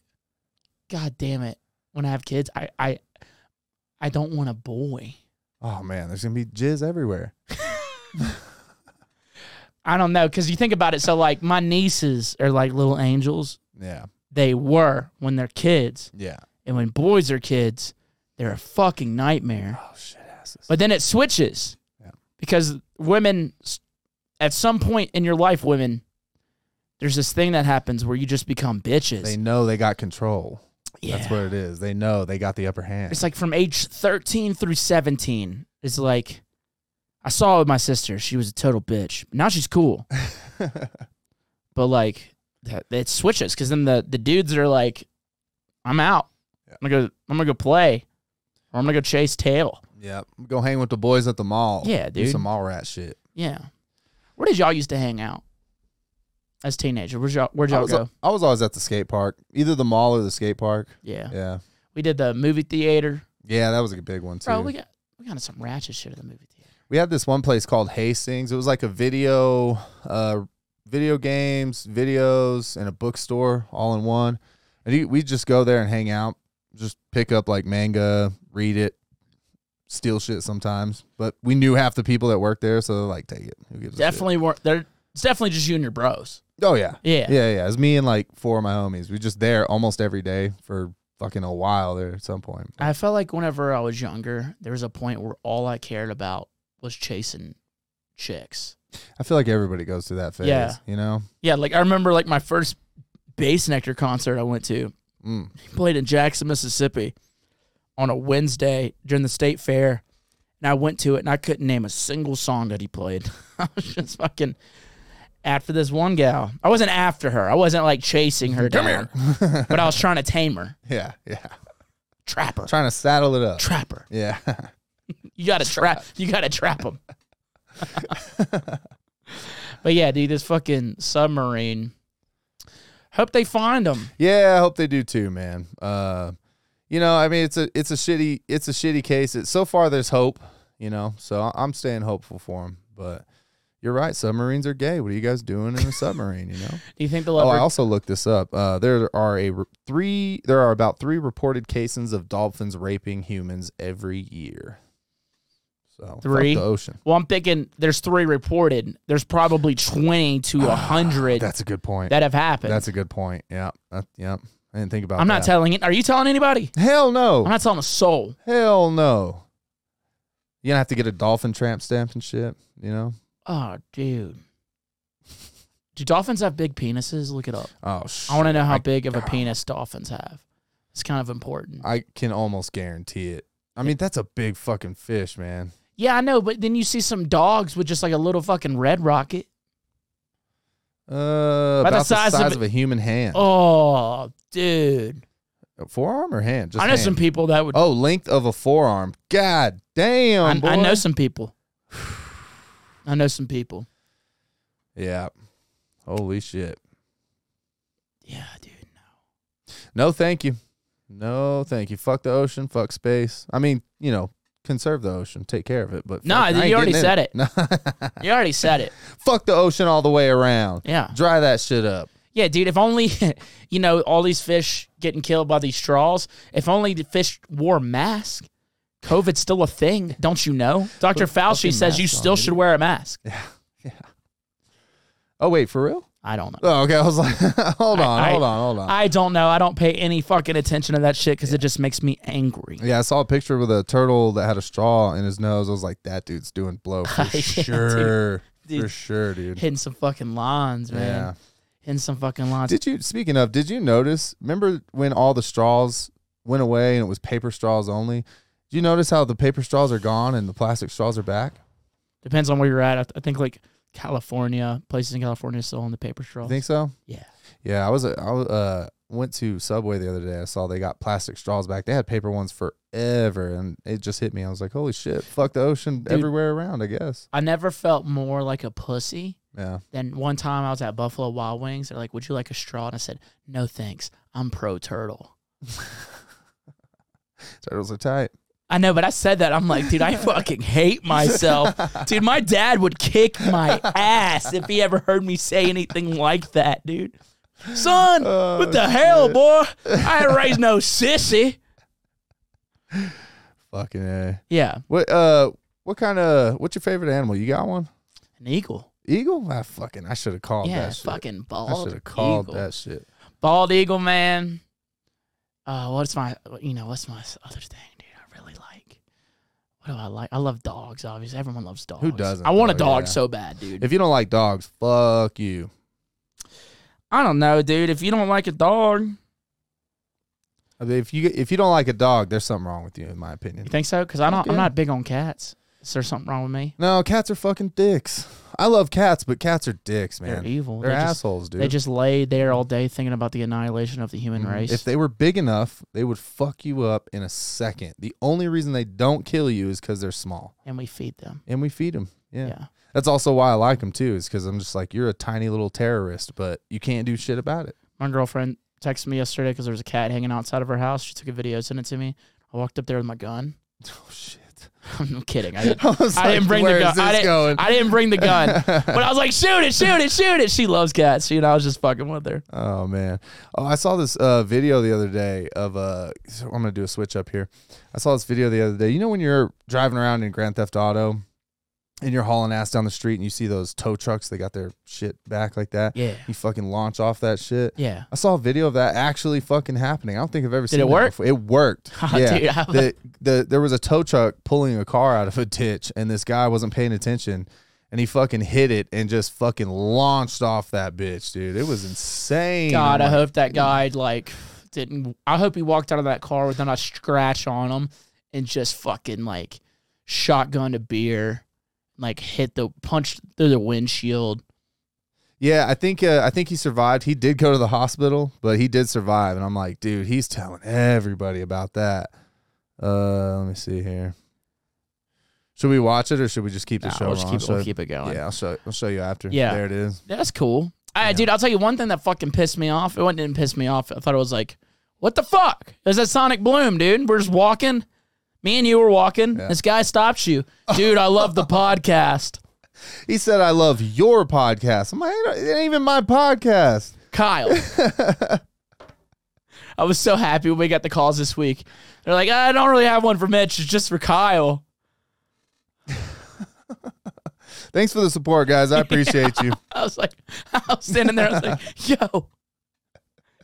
god damn it. When I have kids, I I I don't want a boy.
Oh man, there's gonna be jizz everywhere.
I don't know cuz you think about it so like my nieces are like little angels.
Yeah,
They were when they're kids.
yeah.
And when boys are kids, they're a fucking nightmare.
Oh shit, asses.
But then it switches
Yeah.
because women, s- at some point in your life, women, there's this thing that happens where you just become bitches.
they know they got control.
yeah.
That's what it is. They know they got the upper hand.
it's like from age 13 through 17. It's like, I saw it with my sister. She was a total bitch. Now she's cool. but like, that, it switches because then the, the dudes are like, I'm out.
Yeah.
I'm gonna go. I'm gonna go play, or I'm gonna go chase tail.
yep. Go hang with the boys at the mall.
Yeah,
Do
dude.
some mall rat shit.
Yeah. Where did y'all used to hang out as teenager? Where'd y'all Where'd
I
y'all
was,
go?
I was always at the skate park, either the mall or the skate park.
yeah.
Yeah.
we did the movie theater.
Yeah, that was a big one too.
Bro, we got we got into some ratchet shit at the movie theater.
we had this one place called Hastings. It was like a video, uh, video games, videos, and a bookstore all in one. And you- we'd just go there and hang out, just pick up like manga, read it, steal shit sometimes. But we knew half the people that worked there, so they're like, take it. Who gives a shit?
Definitely weren't. There, it's definitely just you and your bros.
Oh yeah.
Yeah.
Yeah, yeah. It was me and like four of my homies. We were just there almost every day for fucking a while there at some point.
I felt like whenever I was younger, there was a point where all I cared about was chasing chicks.
I feel like everybody goes through that phase.
Yeah.
You know?
Yeah, like I remember like my first bass nectar concert I went to.
Mm.
played in Jackson, Mississippi on a Wednesday during the state fair. And I went to it and I couldn't name a single song that he played. I was just fucking after this one gal. I wasn't after her. I wasn't like chasing her down. but I was trying to tame her.
Yeah, yeah.
Trapper.
Trying to saddle it up.
Trapper.
Yeah.
You gotta trap you gotta trap him. but yeah, dude, this fucking submarine. Hope they find him.
yeah, I hope they do too, man. Uh, you you know, I mean, it's a it's a shitty it's a shitty case. It, so far, there's hope. You know, so I- I'm staying hopeful for him. But you're right, submarines are gay. What are you guys doing in a submarine? You know.
Do you think the
Oh, I
leopard?
also looked this up. Uh, there are a re- three. There are about three reported cases of dolphins raping humans every year. So fuck
Three?
the ocean.
well, I'm thinking there's three reported. There's probably twenty to hundred
Ah, That's a good point.
that have happened.
That's a good point. Yeah. That, yeah. I didn't think about.
I'm not
that.
telling it. Are you telling anybody?
Hell
I'm
no.
not telling a soul.
Hell no. You're gonna have to get a dolphin tramp stamp and shit. You know.
Oh, dude. Do dolphins have big penises? Look it up.
Oh shit.
I want to know how
I-
big of a
God.
penis dolphins have. It's kind of important.
I can almost guarantee it. I mean, that's a big fucking fish, man.
Yeah, I know, but then you see some dogs with just like a little fucking red rocket.
Uh, about the size, of, a human hand.
Oh, dude.
Forearm or hand? Just
I know
hand.
some people that would.
Oh, length of a forearm. God
I,
damn. Boy.
I know some people. I know some people.
Yeah. Holy shit.
Yeah, dude.
No, thank you. No, thank you. Fuck the ocean. Fuck space. I mean, you know, conserve the ocean. Take care of it. But
No,
fuck, I
you
ain't
already
getting in
said it.
No.
You already said it.
fuck the ocean all the way around.
Yeah.
Dry that shit up.
Yeah, dude. If only, you know, all these fish getting killed by these straws. If only the fish wore a mask. COVID's still a thing, don't you know? Dr. Fauci
fucking
says you
mask on,
still
dude.
should wear a mask.
Oh wait, for real?
I don't know.
Oh, okay. I was like, hold on,
I-
hold on, hold on.
I don't know. I don't pay any fucking attention to that shit because it just makes me angry.
yeah, I saw a picture with a turtle that had a straw in his nose. I was like, that dude's doing blow for
Yeah, dude.
sure. For
Dude.
sure, dude.
Hitting some fucking lines, man.
Yeah.
Hitting some fucking lines.
Did you speaking of, did you notice remember when all the straws went away and it was paper straws only? Did you notice how the paper straws are gone and the plastic straws are back?
Depends on where you're at. I, I think like California, places in California still on the paper straw.
You think so?
Yeah.
Yeah, I was I was, uh went to Subway the other day. I saw they got plastic straws back. They had paper ones forever and it just hit me. I was like, "Holy shit, fuck the ocean everywhere around, I guess."
I never felt more like a pussy
Yeah.
than one time I was at Buffalo Wild Wings. They're like, "Would you like a straw?" And I said, "No, thanks. I'm pro turtle."
Turtles are tight.
I know, but I said that. I'm like, dude, I fucking hate myself. Dude, my dad would kick my ass if he ever heard me say anything like that, dude. Son,
Oh,
what the hell,
shit.
boy? I ain't raised no sissy.
Fucking A.
Yeah,
What uh what kind of what's your favorite animal? You got one?
an eagle.
Eagle? Oh, I fucking I should have called
yeah,
that shit.
fucking
I should
bald
have called
eagle.
that shit.
Bald eagle, man. Uh, what's my, you know, what's my other thing, dude? I really like. What do I like? I love dogs. Obviously, everyone loves dogs.
doesn't,
I want a
though?
dog
Yeah.
so bad, dude.
If you don't like dogs, fuck you.
I don't know, dude. If you don't like a dog,
I mean, if you if you don't like a dog, there's something wrong with you, in my opinion.
You think so? Because I don't. I'm
Yeah.
not big on cats. Is there something wrong with me?
No, cats are fucking dicks. I love cats, but cats are dicks, man.
They're evil.
They're
They just-
assholes, dude.
They just lay there all day thinking about the annihilation of the human
Mhm.
race.
If they were big enough, they would fuck you up in a second. The only reason they don't kill you is because they're small,
and we feed them.
and we feed them. Yeah.
Yeah.
that's also why I like them too, is because I'm just like you're a tiny little terrorist, but you can't do shit about it.
My girlfriend texted me yesterday because there was a cat hanging outside of her house. She took a video, sent it to me. I walked up there with my gun.
Oh shit!
I'm kidding. I didn't.
I, was
I didn't bring the
where
gun.
is this
I didn't-
going?
I didn't bring the gun, but I was like, shoot it, shoot it, shoot it. She loves cats. You know, I was just fucking with her.
Oh man! Oh, I saw this uh, video the other day of Uh, so I'm gonna do a switch up here. I saw this video the other day. You know when you're driving around in Grand Theft Auto, and you're hauling ass down the street, and you see those tow trucks? They got their shit back like that.
Yeah.
You fucking launch off that shit.
Yeah.
I saw a video of that actually fucking happening. I don't think I've ever seen
it
that
work?
Before. It worked.
Oh,
yeah.
dude, I-
the, the there was a tow truck pulling a car out of a ditch, and this guy wasn't paying attention, and he fucking hit it and just fucking launched off that bitch, dude. It was insane.
God, I
I'm like,
hope that guy like didn't. I hope he walked out of that car with not a scratch on him and just fucking like shotgun a beer, like hit the punched through the windshield.
yeah, I think uh, I think he survived. He did go to the hospital, but he did survive, and I'm like, dude, he's telling everybody about that. Uh, let me see here. Should we watch it or should we just keep the
Nah,
show?
we'll just
on?
keep,
Should-
we'll keep it going.
Yeah, I'll show I'll show you after.
Yeah.
there it is.
That's cool. I,
Yeah.
Dude, I'll tell you one thing that fucking pissed me off. It wasn't- didn't piss me off. I thought it was like, What the fuck? It was that Sonic Bloom, dude. We're just walking. Me and you were walking. This guy stops you. Dude, I love the podcast.
He said, "I love your podcast." I'm like, "It ain't even my podcast."
Kyle. I was so happy when we got the calls this week. They're like, I don't really have one for Mitch. It's just for Kyle.
Thanks for the support, guys. I appreciate you.
I was like, I was standing there. I was like, yo,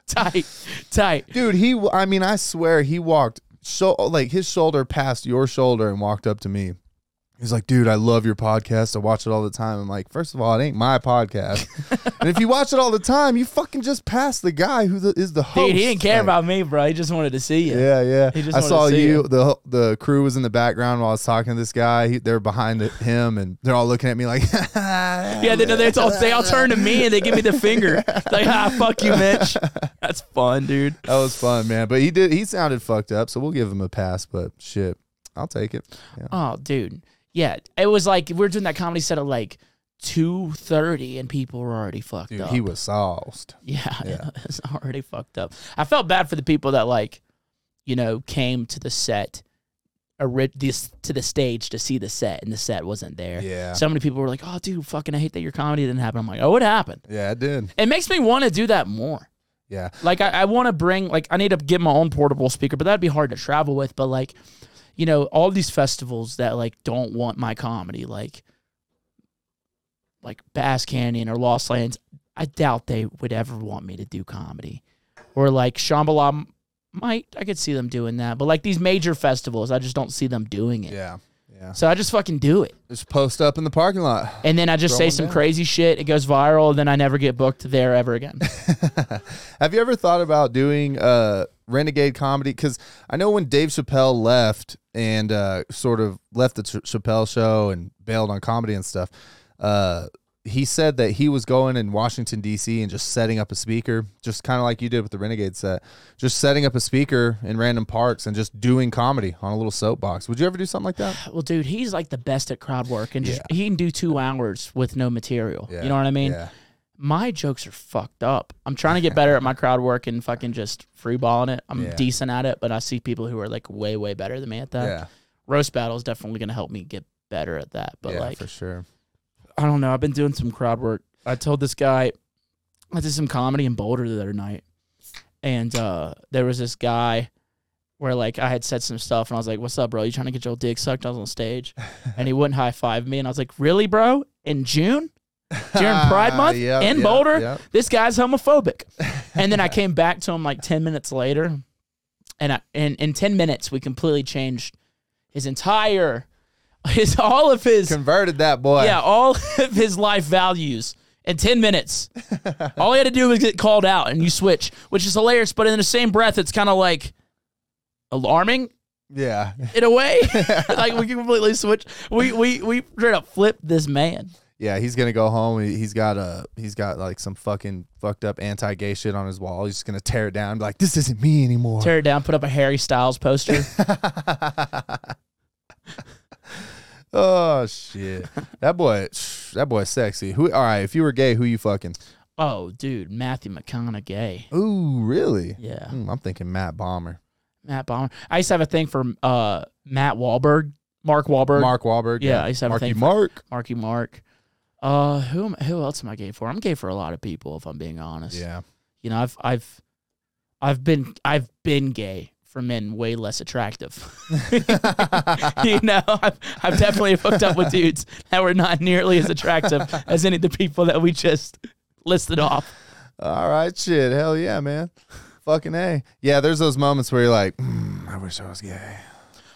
tight, tight.
dude he w- i mean i swear he walked so like his shoulder past your shoulder and walked up to me he's like dude i love your podcast i watch it all the time i'm like first of all it ain't my podcast and if you watch it all the time you fucking just pass the guy who the, is the host
Dude, he didn't care
Like,
about me, bro. He just wanted to see you.
yeah, yeah.
He just
I
wanted to
saw
see
you.
it.
The the crew was in the background while I was talking to this guy. He, they're behind him, and they're all looking at me like,
Yeah, they, they, all, they all turn to me and they give me the finger. Like, ah, fuck you, Mitch. That's fun, dude.
That was fun, man. But he did. He sounded fucked up, so we'll give him a pass. But shit, I'll take it. Yeah.
Oh, dude. Yeah, it was like we were doing that comedy set at like two thirty, and people were already fucked
Dude,
up.
he was sauced.
yeah,
Yeah.
it's already fucked up. I felt bad for the people that like, you know, came to the set, or this to the stage to see the set, and the set wasn't there.
Yeah.
So many people were like, "Oh, dude, fucking, I hate that your comedy didn't happen." I'm like, "Oh, it happened."
Yeah, it did.
It makes me want to do that more.
Yeah.
Like I, I want to bring like I need to get my own portable speaker, but that'd be hard to travel with. But like, you know, all these festivals that like don't want my comedy, like like Bass Canyon or Lost Lands, I doubt they would ever want me to do comedy. Or like Shambhala m- might I could see them doing that. But like these major festivals, I just don't see them doing it.
Yeah. Yeah.
So I just fucking do it.
Just post up in the parking lot.
And then I just say
Throwing
some
down.
crazy shit, it goes viral, and then I never get booked there ever again.
Have you ever thought about doing uh renegade comedy? Because I know when Dave Chappelle left and uh, sort of left the Ch- Chappelle show and bailed on comedy and stuff, uh, he said that he was going in Washington D.C. and just setting up a speaker, just kind of like you did with the Renegade set, just setting up a speaker in random parks and just doing comedy on a little soapbox. Would you ever do something like that?
Well, dude, he's like the best at crowd work, and just, he can do two hours with no material. You know what I mean?
Yeah.
My jokes are fucked up. I'm trying to get better at my crowd work and fucking just freeballing it. I'm
Yeah.
decent at it, but I see people who are like way, way better than me at that.
Yeah.
Roast battle is definitely gonna help me get better at that. But
yeah,
like,
for sure.
I don't know. I've been doing some crowd work. I told this guy I did some comedy in Boulder the other night, and uh, there was this guy where like I had said some stuff, and I was like, "What's up, bro? You trying to get your dick sucked?" I was on stage, and he wouldn't high five me, and I was like, "Really, bro? In June?" During Pride Month
Yep,
in
yep,
Boulder,
yep.
this guy's homophobic. And then I came back to him like ten minutes later, and I, in in ten minutes we completely changed his entire, his all of his
Converted that boy.
yeah, all of his life values in 10 minutes. all he had to do was get called out and you switch, which is hilarious. But in the same breath, it's kind of like alarming
Yeah.
in a way. like we completely switch. We, we, we straight up flip this man.
Yeah, he's gonna go home. He- He's got a he's got like some fucking fucked up anti-gay shit on his wall. He's just gonna tear it down. and be like, this isn't me anymore.
Tear it down, put up a Harry Styles poster.
oh shit, that boy, that boy's sexy. Who? All right, if you were gay, who you fucking?
oh, dude, Matthew McConaughey.
Ooh, really?
Yeah.
Hmm, I'm thinking Matt Bomber,
Matt Bomber. I used to have a thing for uh, Matt Wahlberg, Mark Wahlberg,
Mark Wahlberg.
Yeah, I used to have a
Marky
thing for-
Mark.
Marky Mark. Uh, who am, who else am I gay for? I'm gay for a lot of people, if I'm being honest.
Yeah,
You know, I've I've I've been I've been gay for men way less attractive. you know, I've, I've definitely hooked up with dudes that were not nearly as attractive as any of the people that we just listed off.
All right, shit. Hell yeah, man. Fucking a. Yeah, there's those moments where you're like, "Hmm, I wish I was gay.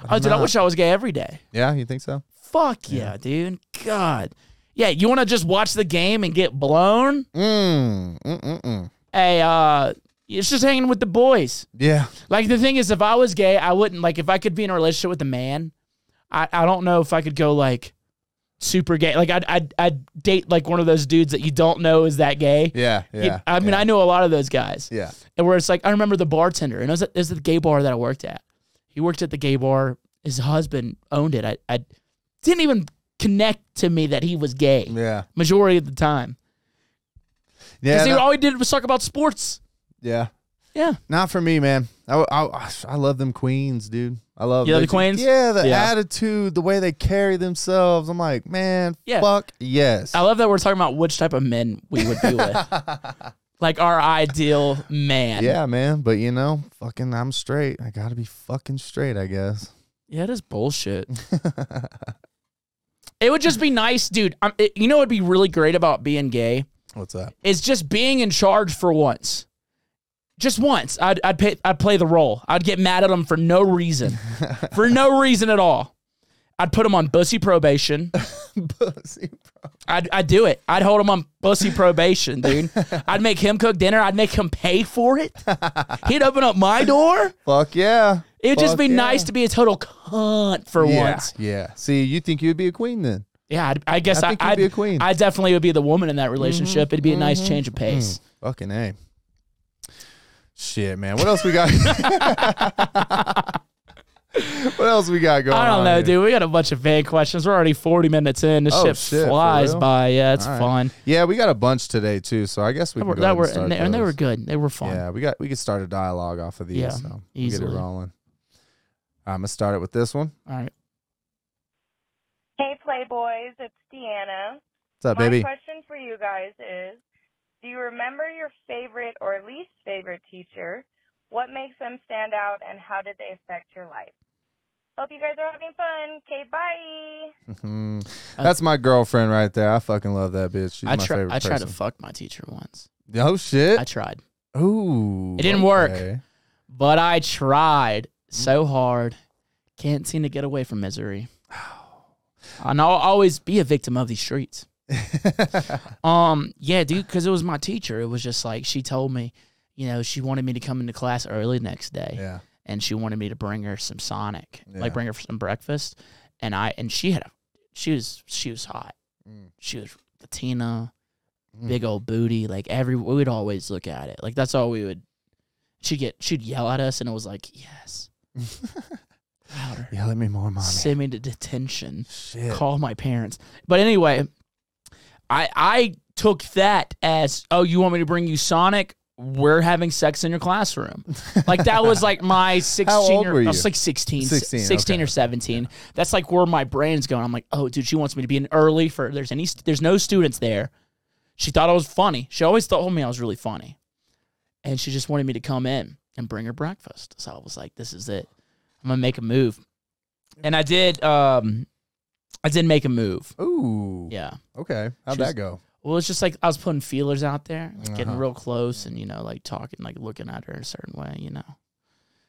Oh, dude, I wish I was gay every day.
Yeah, you think so?
Fuck yeah, dude. God. Yeah, you want to just watch the game and get blown?
Mm, mm, mm, mm.
Hey, uh, it's just hanging with the boys.
Yeah.
Like the thing is, if I was gay, I wouldn't like if I could be in a relationship with a man. I, I don't know if I could go like super gay. Like I'd, I'd I'd date like one of those dudes that you don't know is that gay.
Yeah. Yeah.
You- I mean, I know a lot of those guys.
Yeah.
And where it's like, I remember the bartender, and it was at, it was at the gay bar that I worked at. He worked at the gay bar. His husband owned it. I, I didn't even connect to me that he was gay
Yeah.
majority of the time
Yeah.
because
no-
all he did was talk about sports.
yeah.
Yeah.
Not for me, man. I, I, I love them queens, dude. I love
You love
they
the
ju-
Queens?
Yeah, the
Yeah.
attitude, the way they carry themselves. I'm like, man,
Yeah.
fuck yes.
I love that we're talking about which type of men we would be with. like our ideal man.
yeah, man. But you know, fucking, I'm straight. I gotta be fucking straight, I guess.
Yeah, it is bullshit. it would just be nice, dude. i it, you know what'd be really great about being gay?
What's that?
Is just being in charge for once. Just once. I'd, I'd, pay, I'd play the role. I'd get mad at them for no reason. for no reason at all. I'd put them on bussy probation.
Pussy, bro.
I'd, I'd do it. I'd hold him on bussy probation, dude. I'd make him cook dinner. I'd make him pay for it. He'd open up my door.
Fuck yeah.
It would just
Fuck
be
yeah.
nice to be a total cunt for
yeah.
once.
Yeah. See, you think you'd be a queen then?
Yeah, I'd, I guess I,
I think you'd
I'd
be a queen. Mm-hmm.
I definitely would be the woman in that relationship. It'd be a nice change of pace.
Fucking A. Shit, man. What else we got? what else we got going on?
I don't know,
here?
dude. We got a bunch of vague questions. We're already 40 minutes in. This
Oh,
shit,
shit, for
flies
real?
by. Yeah, it's
All right.
fun.
Yeah, we got a bunch today too, so I guess we
That
can
were,
go
that
ahead
were-
and start
and, they, and they
those.
were good. They were fun.
Yeah, we got we could start a dialogue off of these.
Yeah,
so we'll get it
easily.
rolling. I'm gonna start it with this one.
All right.
Hey, Playboys, it's Deanna.
What's up,
My
baby?
question for you guys is Do you remember your favorite or least favorite teacher? What makes them stand out, and how did they affect your life? Hope you guys are having fun. Okay, bye.
Mhm. That's my girlfriend right there. I fucking love that bitch. She's
Uh, I,
my
try,
favorite
I tried to
person.
fuck my teacher once.
oh shit.
I tried,
Ooh.
It didn't work.
okay.
but I tried
Mm.
so hard. Can't seem to get away from misery. And I'll always be a victim of these streets. Um, yeah, dude, because it was my teacher. It was just like she told me, you know, she wanted me to come into class early next day,
yeah.
and she wanted me to bring her some Sonic,
Yeah.
like bring her some breakfast. And I and she had a, she was she was hot.
Mm.
She was Latina,
Mm.
big old booty. Like every we would always look at it. Like that's all we would. She'd get she'd yell at us, and it was like yes, louder.
Yell at mm. me more, mommy.
Send me to detention
Shit.
call my parents. But anyway, I I took that as oh, you want me to bring you Sonic? We're having sex in your classroom. Like that was like my sixteen.
old
or,
were
I
you?
was like 16,
16,
16,
okay.
or seventeen. That's like where my brain's going. I'm like, oh, dude, she wants me to be in early for. There's any. There's no students there. She thought I was funny. She always told me I was really funny, and she just wanted me to come in and bring her breakfast. So I was like, this is it. I'm gonna make a move, and I did. Um, I did make a move.
Ooh.
Yeah.
Okay. How'd
She was-
that go?
Well, it's just like I was putting feelers out there, like, getting
Uh-huh.
real close, and you know, like talking, like looking at her a certain way. You know,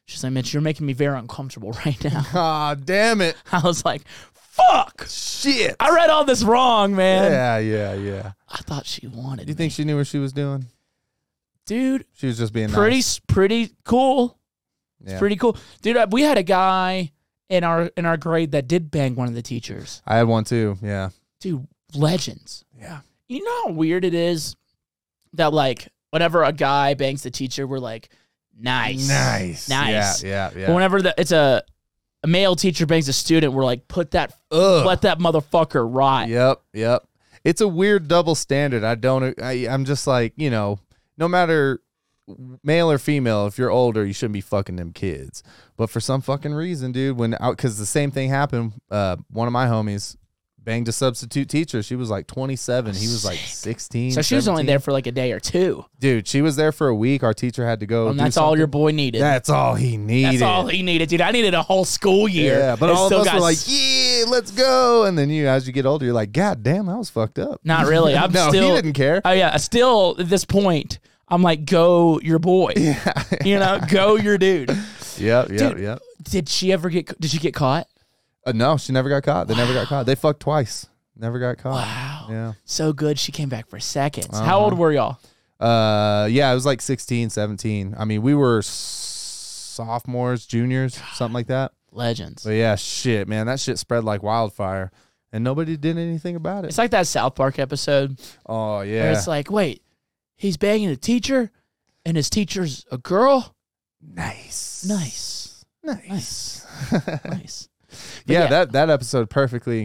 she's like, "Mitch, you're making me very uncomfortable right now."
Ah, damn it.
I was like, "Fuck!"
Shit.
I read all this wrong, man.
yeah, yeah, yeah.
I thought she wanted
You
me,
think she knew what she was doing?
dude.
She was just being
Pretty,
nice.
s pretty cool.
Yeah.
Pretty cool, dude. I- We had a guy in our in our grade that did bang one of the teachers,
I had one too. Yeah.
dude. Legends.
Yeah.
you know how weird it is that like whenever a guy bangs the teacher, we're like, nice,
Nice.
Nice.
Yeah. Yeah.
But
yeah.
whenever the, it's a, a male teacher bangs a student, we're like, put that,
Ugh.
let that motherfucker rot.
Yep. Yep. It's a weird double standard. I don't. I, I'm just like you know. No matter male or female, if you're older, you shouldn't be fucking them kids. But for some fucking reason, dude, when out because the same thing happened. Uh, one of my homies banged a substitute teacher. She was like 27. He was like
Sick.
16.
So she was only
17.
there for like a day or two,
Dude, she was there for a week. Our teacher had to go.
and
do
that's all your
something.
boy needed.
That's all he needed.
That's all he needed, dude. I needed a whole school year.
Yeah, but
and
all of
still
us
got
were like,
s-
"Yeah, let's go!" And then you, as you get older, you're like, "God damn, I was fucked up."
not really. I'm
no,
still,
he didn't care.
oh yeah, still at this point, I'm like, go your boy,
yeah,
you know, go your dude.
yep, yep,
Dude.
yep.
Did she ever get? Did she get caught?
Uh, no, she never got caught. They never got caught. They fucked twice. Never got caught.
Wow.
Yeah.
So good. She came back for seconds. How
Uh-huh.
old were y'all?
Uh, yeah, it was like 16, 17. I mean, we were s- sophomores, juniors, something like that.
Legends.
But yeah, shit, man, that shit spread like wildfire, and nobody did anything about it.
It's like that South Park episode
oh
where
yeah,
it's like, wait, he's banging a teacher and his teacher's a girl?
nice,
Nice.
nice.
Nice. Nice.
yeah,
yeah.
that that episode perfectly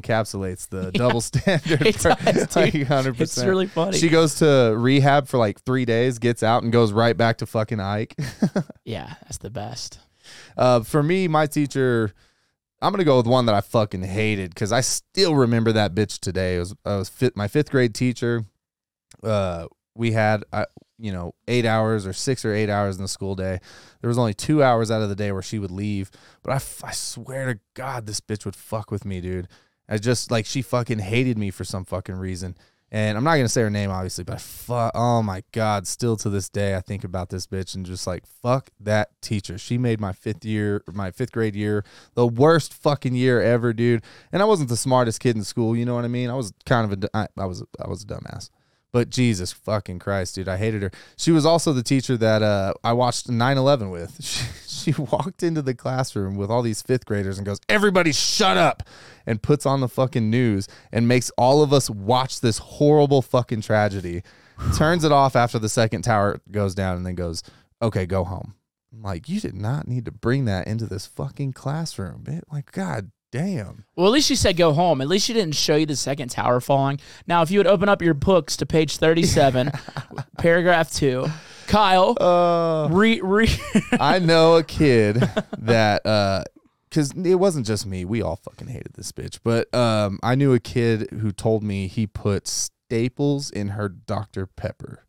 encapsulates the double standard.
It does, dude.
like 100%.
It's really funny.
She goes to rehab for like three days, gets out, and goes right back to fucking Ike.
Yeah, that's the best.
Uh, for me, my teacher, I'm gonna go with one that I fucking hated because I still remember that bitch today. It was I was fit, my fifth grade teacher. Uh, we had I, you know eight hours or six or eight hours in the school day. There was only two hours out of the day where she would leave, but I, f- I swear to God, this bitch would fuck with me, dude. I just like she fucking hated me for some fucking reason. And I'm not gonna say her name, obviously, but fuck, oh my god, still to this day, I think about this bitch and just like fuck that teacher. She made my fifth year, my fifth grade year, the worst fucking year ever, dude. And I wasn't the smartest kid in school, you know what I mean? I was kind of a, d- I, I was, I was a dumbass. But Jesus fucking Christ, dude, I hated her. She was also the teacher that uh, I watched 9 11 with. She, she walked into the classroom with all these fifth graders and goes, Everybody shut up, and puts on the fucking news and makes all of us watch this horrible fucking tragedy. Turns it off after the second tower goes down and then goes, Okay, go home. I'm like, you did not need to bring that into this fucking classroom. It, like, God damn.
Well, at least she said go home. At least she didn't show you the second tower falling. Now, if you would open up your books to page 37, paragraph 2, Kyle,
Uh,
re, re,
I know a kid that uh cuz it wasn't just me. We all fucking hated this bitch. But um I knew a kid who told me he put staples in her Dr Pepper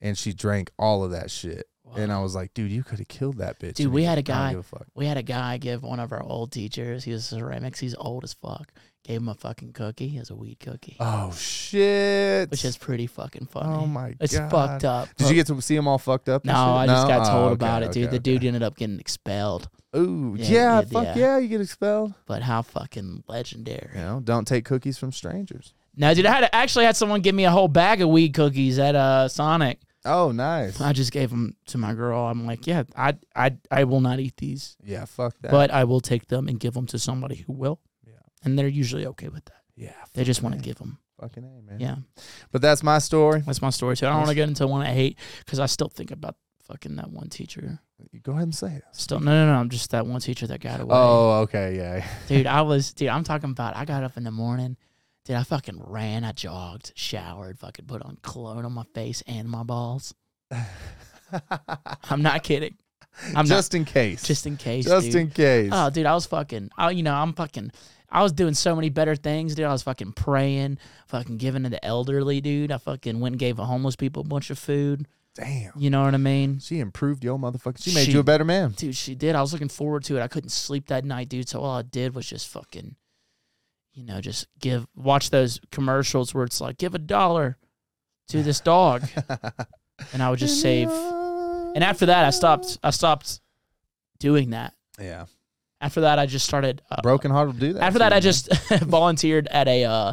and she drank all of that shit. And I was like, dude, you could have killed that bitch.
Dude,
And
we
he
had a
goes, "I don't
guy-
give a fuck."
we had a guy give one of our old teachers, he was ceramics, he's old as fuck, gave him a fucking cookie. He has a weed cookie,
Oh shit.
which is pretty fucking funny.
Oh my
It's
God.
fucked up.
Did you get to see him all fucked up? and
no, I
shit?
just got
Oh,
told
okay,
about it, dude.
okay,
the
okay.
dude ended up getting expelled,
Ooh,
Yeah,
yeah,
he did,
fuck
yeah.
yeah. you get expelled.
but how fucking legendary.
You know, don't take cookies from strangers.
Now, dude, I had actually had someone give me a whole bag of weed cookies at uh, Sonic.
Oh, nice.
I just gave them to my girl. I'm like, yeah, I I I will not eat these,
Yeah, fuck that.
but I will take them and give them to somebody who will.
Yeah.
And they're usually okay with that.
yeah,
They just
fucking
want to
A.
give them.
Fucking A, man.
Yeah.
But that's my story.
That's my story too. I don't want to get into one I hate because I still think about fucking that one teacher.
Go ahead and say it.
Still, no, no, no. I'm just that one teacher that got away.
Oh, okay, yeah.
dude, I was, dude. I'm talking about. I got up in the morning. Dude, I fucking ran. I jogged, showered, fucking put on cologne on my face and my balls. I'm not kidding. I'm
just in case.
not, just in case.
Just
dude.
in case.
Oh, dude, I was fucking. I, you know, I'm fucking. I was doing so many better things, dude. I was fucking praying, fucking giving to the elderly, dude. I fucking went and gave a homeless people a bunch of food.
Damn.
You know what I mean?
She improved your motherfucker. She made
She-
you a better man.
Dude, she did. I was looking forward to it. I couldn't sleep that night, dude. So all I did was just fucking, you know, just give, watch those commercials where it's like, give a dollar to this dog. and I would just save. And after that, I stopped, I stopped doing that.
Yeah.
After that, I just started uh,
Broken heart will do that.
After
to
that,
you,
I just volunteered at a uh,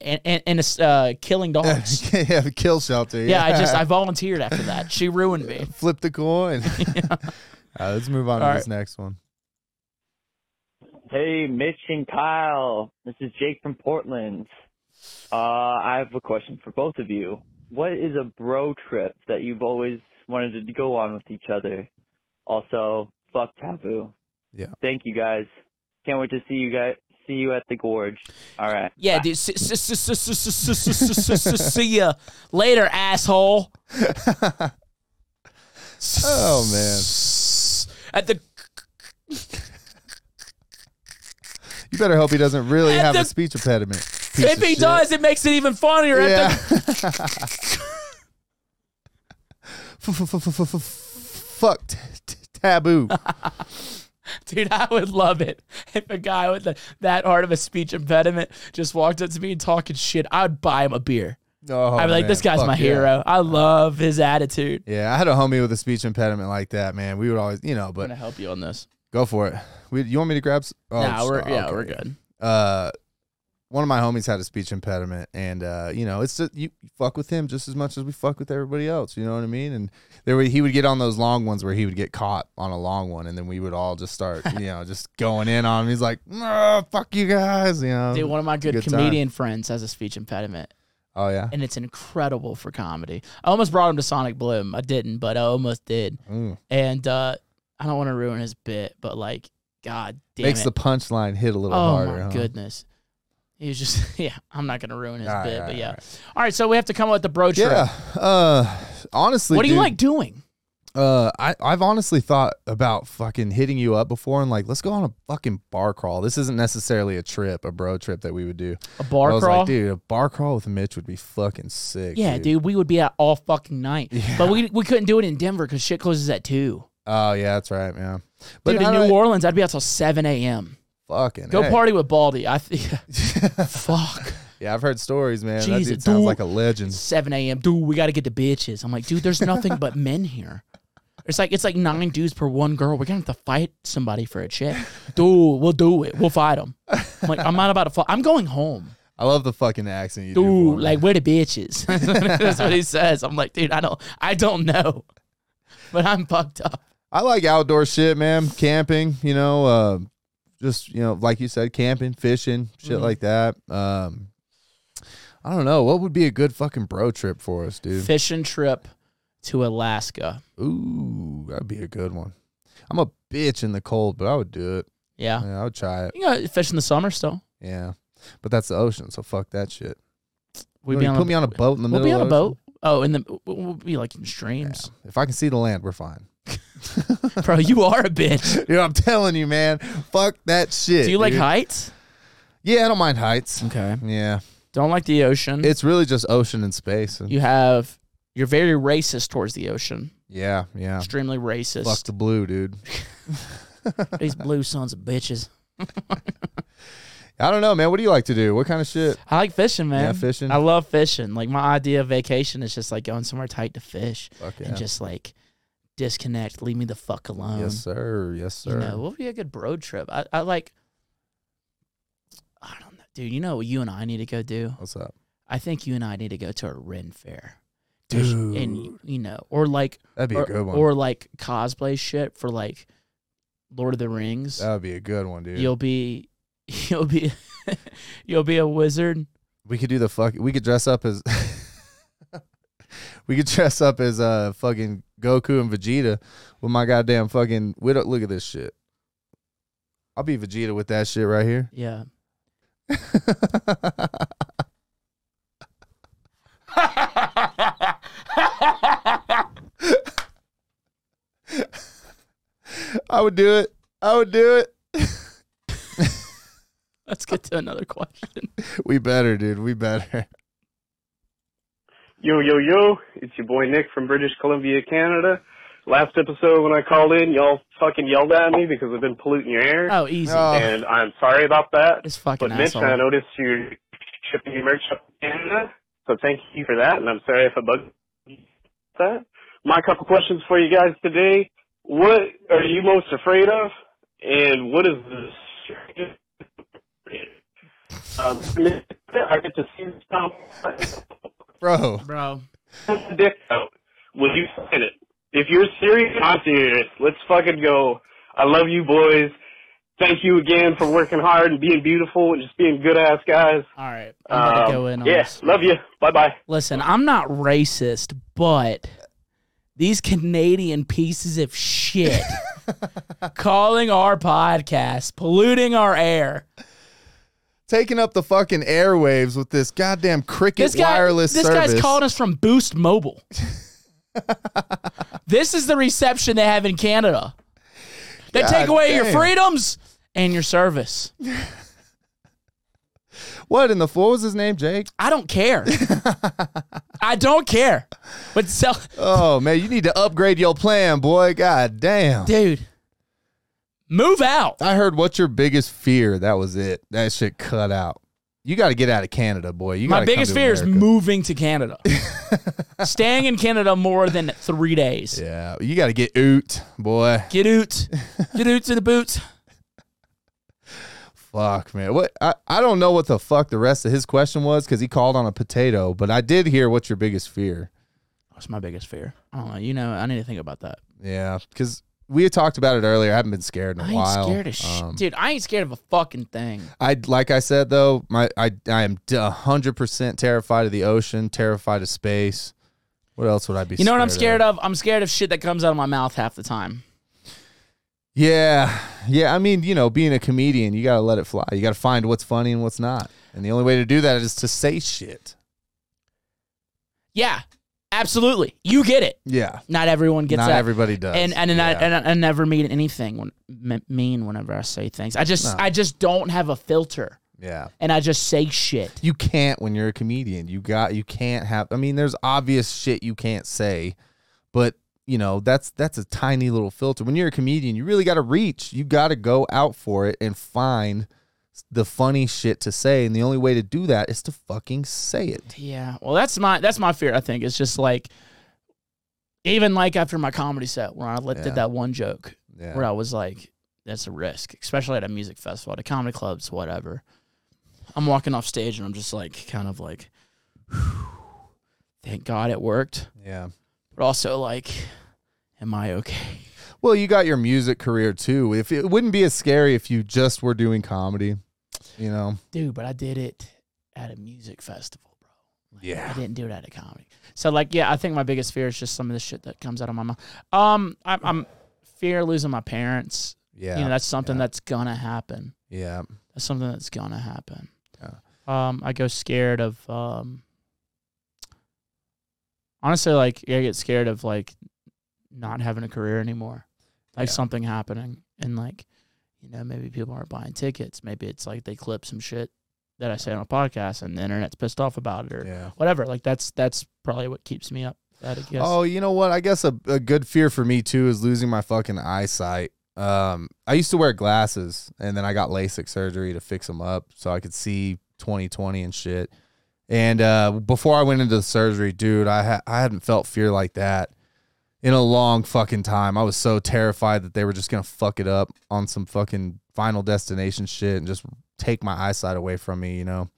and and, and a, uh, killing
man.
dogs.
yeah, the kill shelter.
yeah, I just I volunteered after that. She ruined me.
flipped the coin. All right, let's move on
All
to this next one.
Hey, Mitch and Kyle. This is Jake from Portland. Uh, I have a question for both of you. What is a bro trip that you've always wanted to go on with each other? Also, fuck taboo.
Yeah.
Thank you guys. Can't wait to see you guys. See you at the gorge. All right.
Yeah, dude. s- s- s- s- s- s- s- s- s- s- See ya later, asshole.
Oh man.
At the
You better hope he doesn't really
At
have
the-
a speech impediment. Piece
if
of
he
shit.
does, it makes it even funnier. At
Yeah.
the
Fuck t- t- taboo.
Dude, I would love it if a guy with the, that hard of a speech impediment just walked up to me and talking shit. I would buy him a beer.
Oh,
I'd be like,
man,
"This guy's
fuck
my
yeah. Uh,
hero. I love his attitude."
Yeah, I had a homie with a speech impediment like that, man. We would always, you know,
I'm gonna
but
help you on this.
go for it. We, you want me to grab? s- Oh,
nah, we're
oh,
yeah,
okay.
we're good.
Uh, one of my homies had a speech impediment, and uh, you know, it's just, you fuck with him just as much as we fuck with everybody else. You know what I mean? And there were, he would get on those long ones where he would get caught on a long one, and then we would all just start, you know, just going in on him. He's like, "Ah, "Fuck you guys," you know.
Dude, one of my
Um, it's a
good,
time.
comedian friends has a speech impediment,
Oh yeah.
and it's incredible for comedy. I almost brought him to Sonic Bloom. I didn't, but I almost did.
Mm.
And uh, I don't want to ruin his bit, but like God damn
Makes
it.
the punchline hit a little
oh
harder.
my
huh?
goodness. He was just yeah. I'm not gonna ruin his
All right,
bit,
all
but
right,
yeah.
all
All right. so we have to come up with the bro trip.
Yeah. Uh, honestly,
what do you
dude,
like doing?
Uh, I I've honestly thought about fucking hitting you up before and like, let's go on a fucking bar crawl. This isn't necessarily a trip, a bro trip that we would do.
A
I
bar
was
crawl.
like, dude, a bar crawl with Mitch would be fucking sick.
yeah, dude. we would be out all fucking night, but we we couldn't do it in Denver because shit closes at two.
Oh yeah, that's right, man.
Dude, in
now
New
that-
Orleans, I'd be out till seven a.m.
fucking
Go
hey.
party with Baldy. I th- fuck
Yeah, I've heard stories, man.
Jeez,
that dude sounds
dude.
like a legend.
seven a.m. Dude, we got to get the bitches. I'm like, dude, there's nothing but men here. It's like it's like nine dudes per one girl. We're gonna have to fight somebody for a chick, dude. We'll do it. We'll fight them. I'm like, I'm not about to. Fight. I'm going home.
I love the fucking accent you do.
dude,
for
like
him.
where the bitches? That's what he says. I'm like, dude, I don't, I don't know, but I'm fucked up.
I like outdoor shit, man. Camping, you know, uh, just you know, like you said, camping, fishing, shit
Mm-hmm.
like that. Um, I don't know what would be a good fucking bro trip for us, dude.
Fishing trip to Alaska.
Ooh, that'd be a good one. I'm a bitch in the cold, but I would do it.
Yeah,
Yeah, I would try it.
you know, fish in the summer still.
Yeah, but that's the ocean, so fuck that shit.
We'd
You put me on a boat in the
We'll
middle.
be on a
of the ocean?
boat. Oh, and then we'll be like in streams,
If I can see the land, we're fine.
bro. You are a bitch.
Dude, I'm telling you, man. Fuck that shit.
Do you like
dude.
heights?
Yeah, I don't mind heights.
Okay.
Yeah,
Don't like the ocean.
it's really just ocean and space. and-
you have. You're very racist towards the ocean.
yeah, yeah.
Extremely racist.
Fuck the blue, dude.
These blue sons of bitches.
I don't know, man. What do you like to do? What kind of shit?
I like fishing, man.
Yeah, fishing.
I love fishing. Like my idea of vacation is just like going somewhere tight to fish
Fuck yeah.
and just like disconnect. Leave me the fuck alone.
yes, sir. Yes,
You
sir.
know, what would be a good road trip? I, I like. I don't know, dude. You know what you and I need to go do?
What's up?
I think you and I need to go to a Ren fair. Just- And
Dude.
you know, or like
That'd be
or,
a good one.
or like cosplay shit for like Lord of the Rings.
that would be a good one, Oh, dude.
You'll be you'll be you'll be a wizard.
We could do the fuck. We could dress up as. we could dress up as uh fucking Goku and Vegeta with my goddamn fucking widow. Look at this shit. I'll be Vegeta with that shit right here.
Yeah.
I would do it. I would do it.
Let's get to another question.
We better, dude. We better.
Yo, yo, yo. It's your boy Nick from British Columbia, Canada. Last episode when I called in, y'all fucking yelled at me because I've been polluting your air.
Oh, easy.
Oh.
And I'm sorry about that.
It's fucking
But Mitch,
asshole.
I noticed you're shipping your merch up to Canada. So thank you for that. And I'm sorry if I bugged you with that. My couple questions for you guys today. What are you most afraid of? And what is this? Um, I get to see this now.
Bro.
Bro.
the dick out. Will you sign it? If you're serious, I'm serious. Let's fucking go. I love you boys. Thank you again for working hard and being beautiful and just being good ass guys.
All right. I'm gonna
Um,
go in on
yeah,
this.
love you. Bye bye.
Listen, I'm not racist, but these Canadian pieces of shit calling our podcast, polluting our air.
Taking up the fucking airwaves with this goddamn cricket
This guy,
wireless
this
service.
guy's calling us from Boost Mobile. this is the reception they have in Canada. They
God
take away your
damn.
freedoms and your service.
what in the fuck was his name, Jake?
I don't care. I don't care. But so,
Oh man, you need to upgrade your plan, boy. God damn.
dude, move out.
I heard what's your biggest fear? That was it. That shit cut out. You got to get out of Canada, boy. You
My
gotta come
biggest
to
fear is
America.
moving to Canada, staying in Canada more than three days.
Yeah, you got to get out, boy.
Get out, get out to the boots.
Fuck, man. What I, I don't know what the fuck the rest of his question was because he called on a potato, but I did hear what's your biggest fear.
That's my biggest fear. I don't know. You know, I need to think about that.
Yeah, because we had talked about it earlier. I haven't been scared in a
I ain't
while.
scared of shit,
Um,
dude. I ain't scared of a fucking thing.
I like I said though, my I I am hundred percent terrified of the ocean, terrified of space. What else would I be?
You know what I'm scared of? I'm scared of shit that comes out of my mouth half the time.
Yeah, Yeah, I mean, you know, being a comedian, you got to let it fly. You got to find what's funny and what's not. And the only way to do that is to say shit.
Yeah, absolutely. You get it.
Yeah.
Not everyone gets
Not
that.
everybody does.
and and, and, I,
Yeah.
and I, I never mean anything when, me- mean whenever I say things. I just
No.
I just don't have a filter,
yeah.
and I just say shit.
You can't when you're a comedian. You got you can't have I mean, there's obvious shit you can't say, but you know, that's that's a tiny little filter. When you're a comedian, you really got to reach. You got to go out for it and find the funny shit to say, and the only way to do that is to fucking say it.
Yeah. Well, that's my that's my fear. I think it's just like, even like after my comedy set where I let,
Yeah.
did that one joke
Yeah.
where I was like, "That's a risk," especially at a music festival, at a comedy clubs, whatever. I'm walking off stage and I'm just like, kind of like, thank God it worked,
Yeah.
but also like, am I okay?
Well, you got your music career too. If it wouldn't be as scary if you just were doing comedy, you know.
dude, but I did it at a music festival, bro. Like,
Yeah.
I didn't do it at a comedy. So like, yeah, I think my biggest fear is just some of the shit that comes out of my mouth. Um, I'm, I'm fear of losing my parents.
Yeah.
You know, that's something
yeah.
that's gonna happen.
yeah.
That's something that's gonna happen.
Yeah.
Um, I go scared of um. Honestly, like I get scared of like not having a career anymore, like
Yeah.
something happening, and like you know maybe people aren't buying tickets. Maybe it's like they clip some shit that I say on a podcast, and the internet's pissed off about it or
Yeah.
whatever. Like that's that's probably what keeps me up. That I guess.
Oh, you know what? I guess a, a good fear for me too is losing my fucking eyesight. Um, I used to wear glasses, and then I got LASIK surgery to fix them up so I could see 20/20 and shit. And uh, before I went into the surgery, dude, I ha- I hadn't felt fear like that in a long fucking time. I was so terrified that they were just gonna fuck it up on some fucking Final Destination shit and just take my eyesight away from me, you know.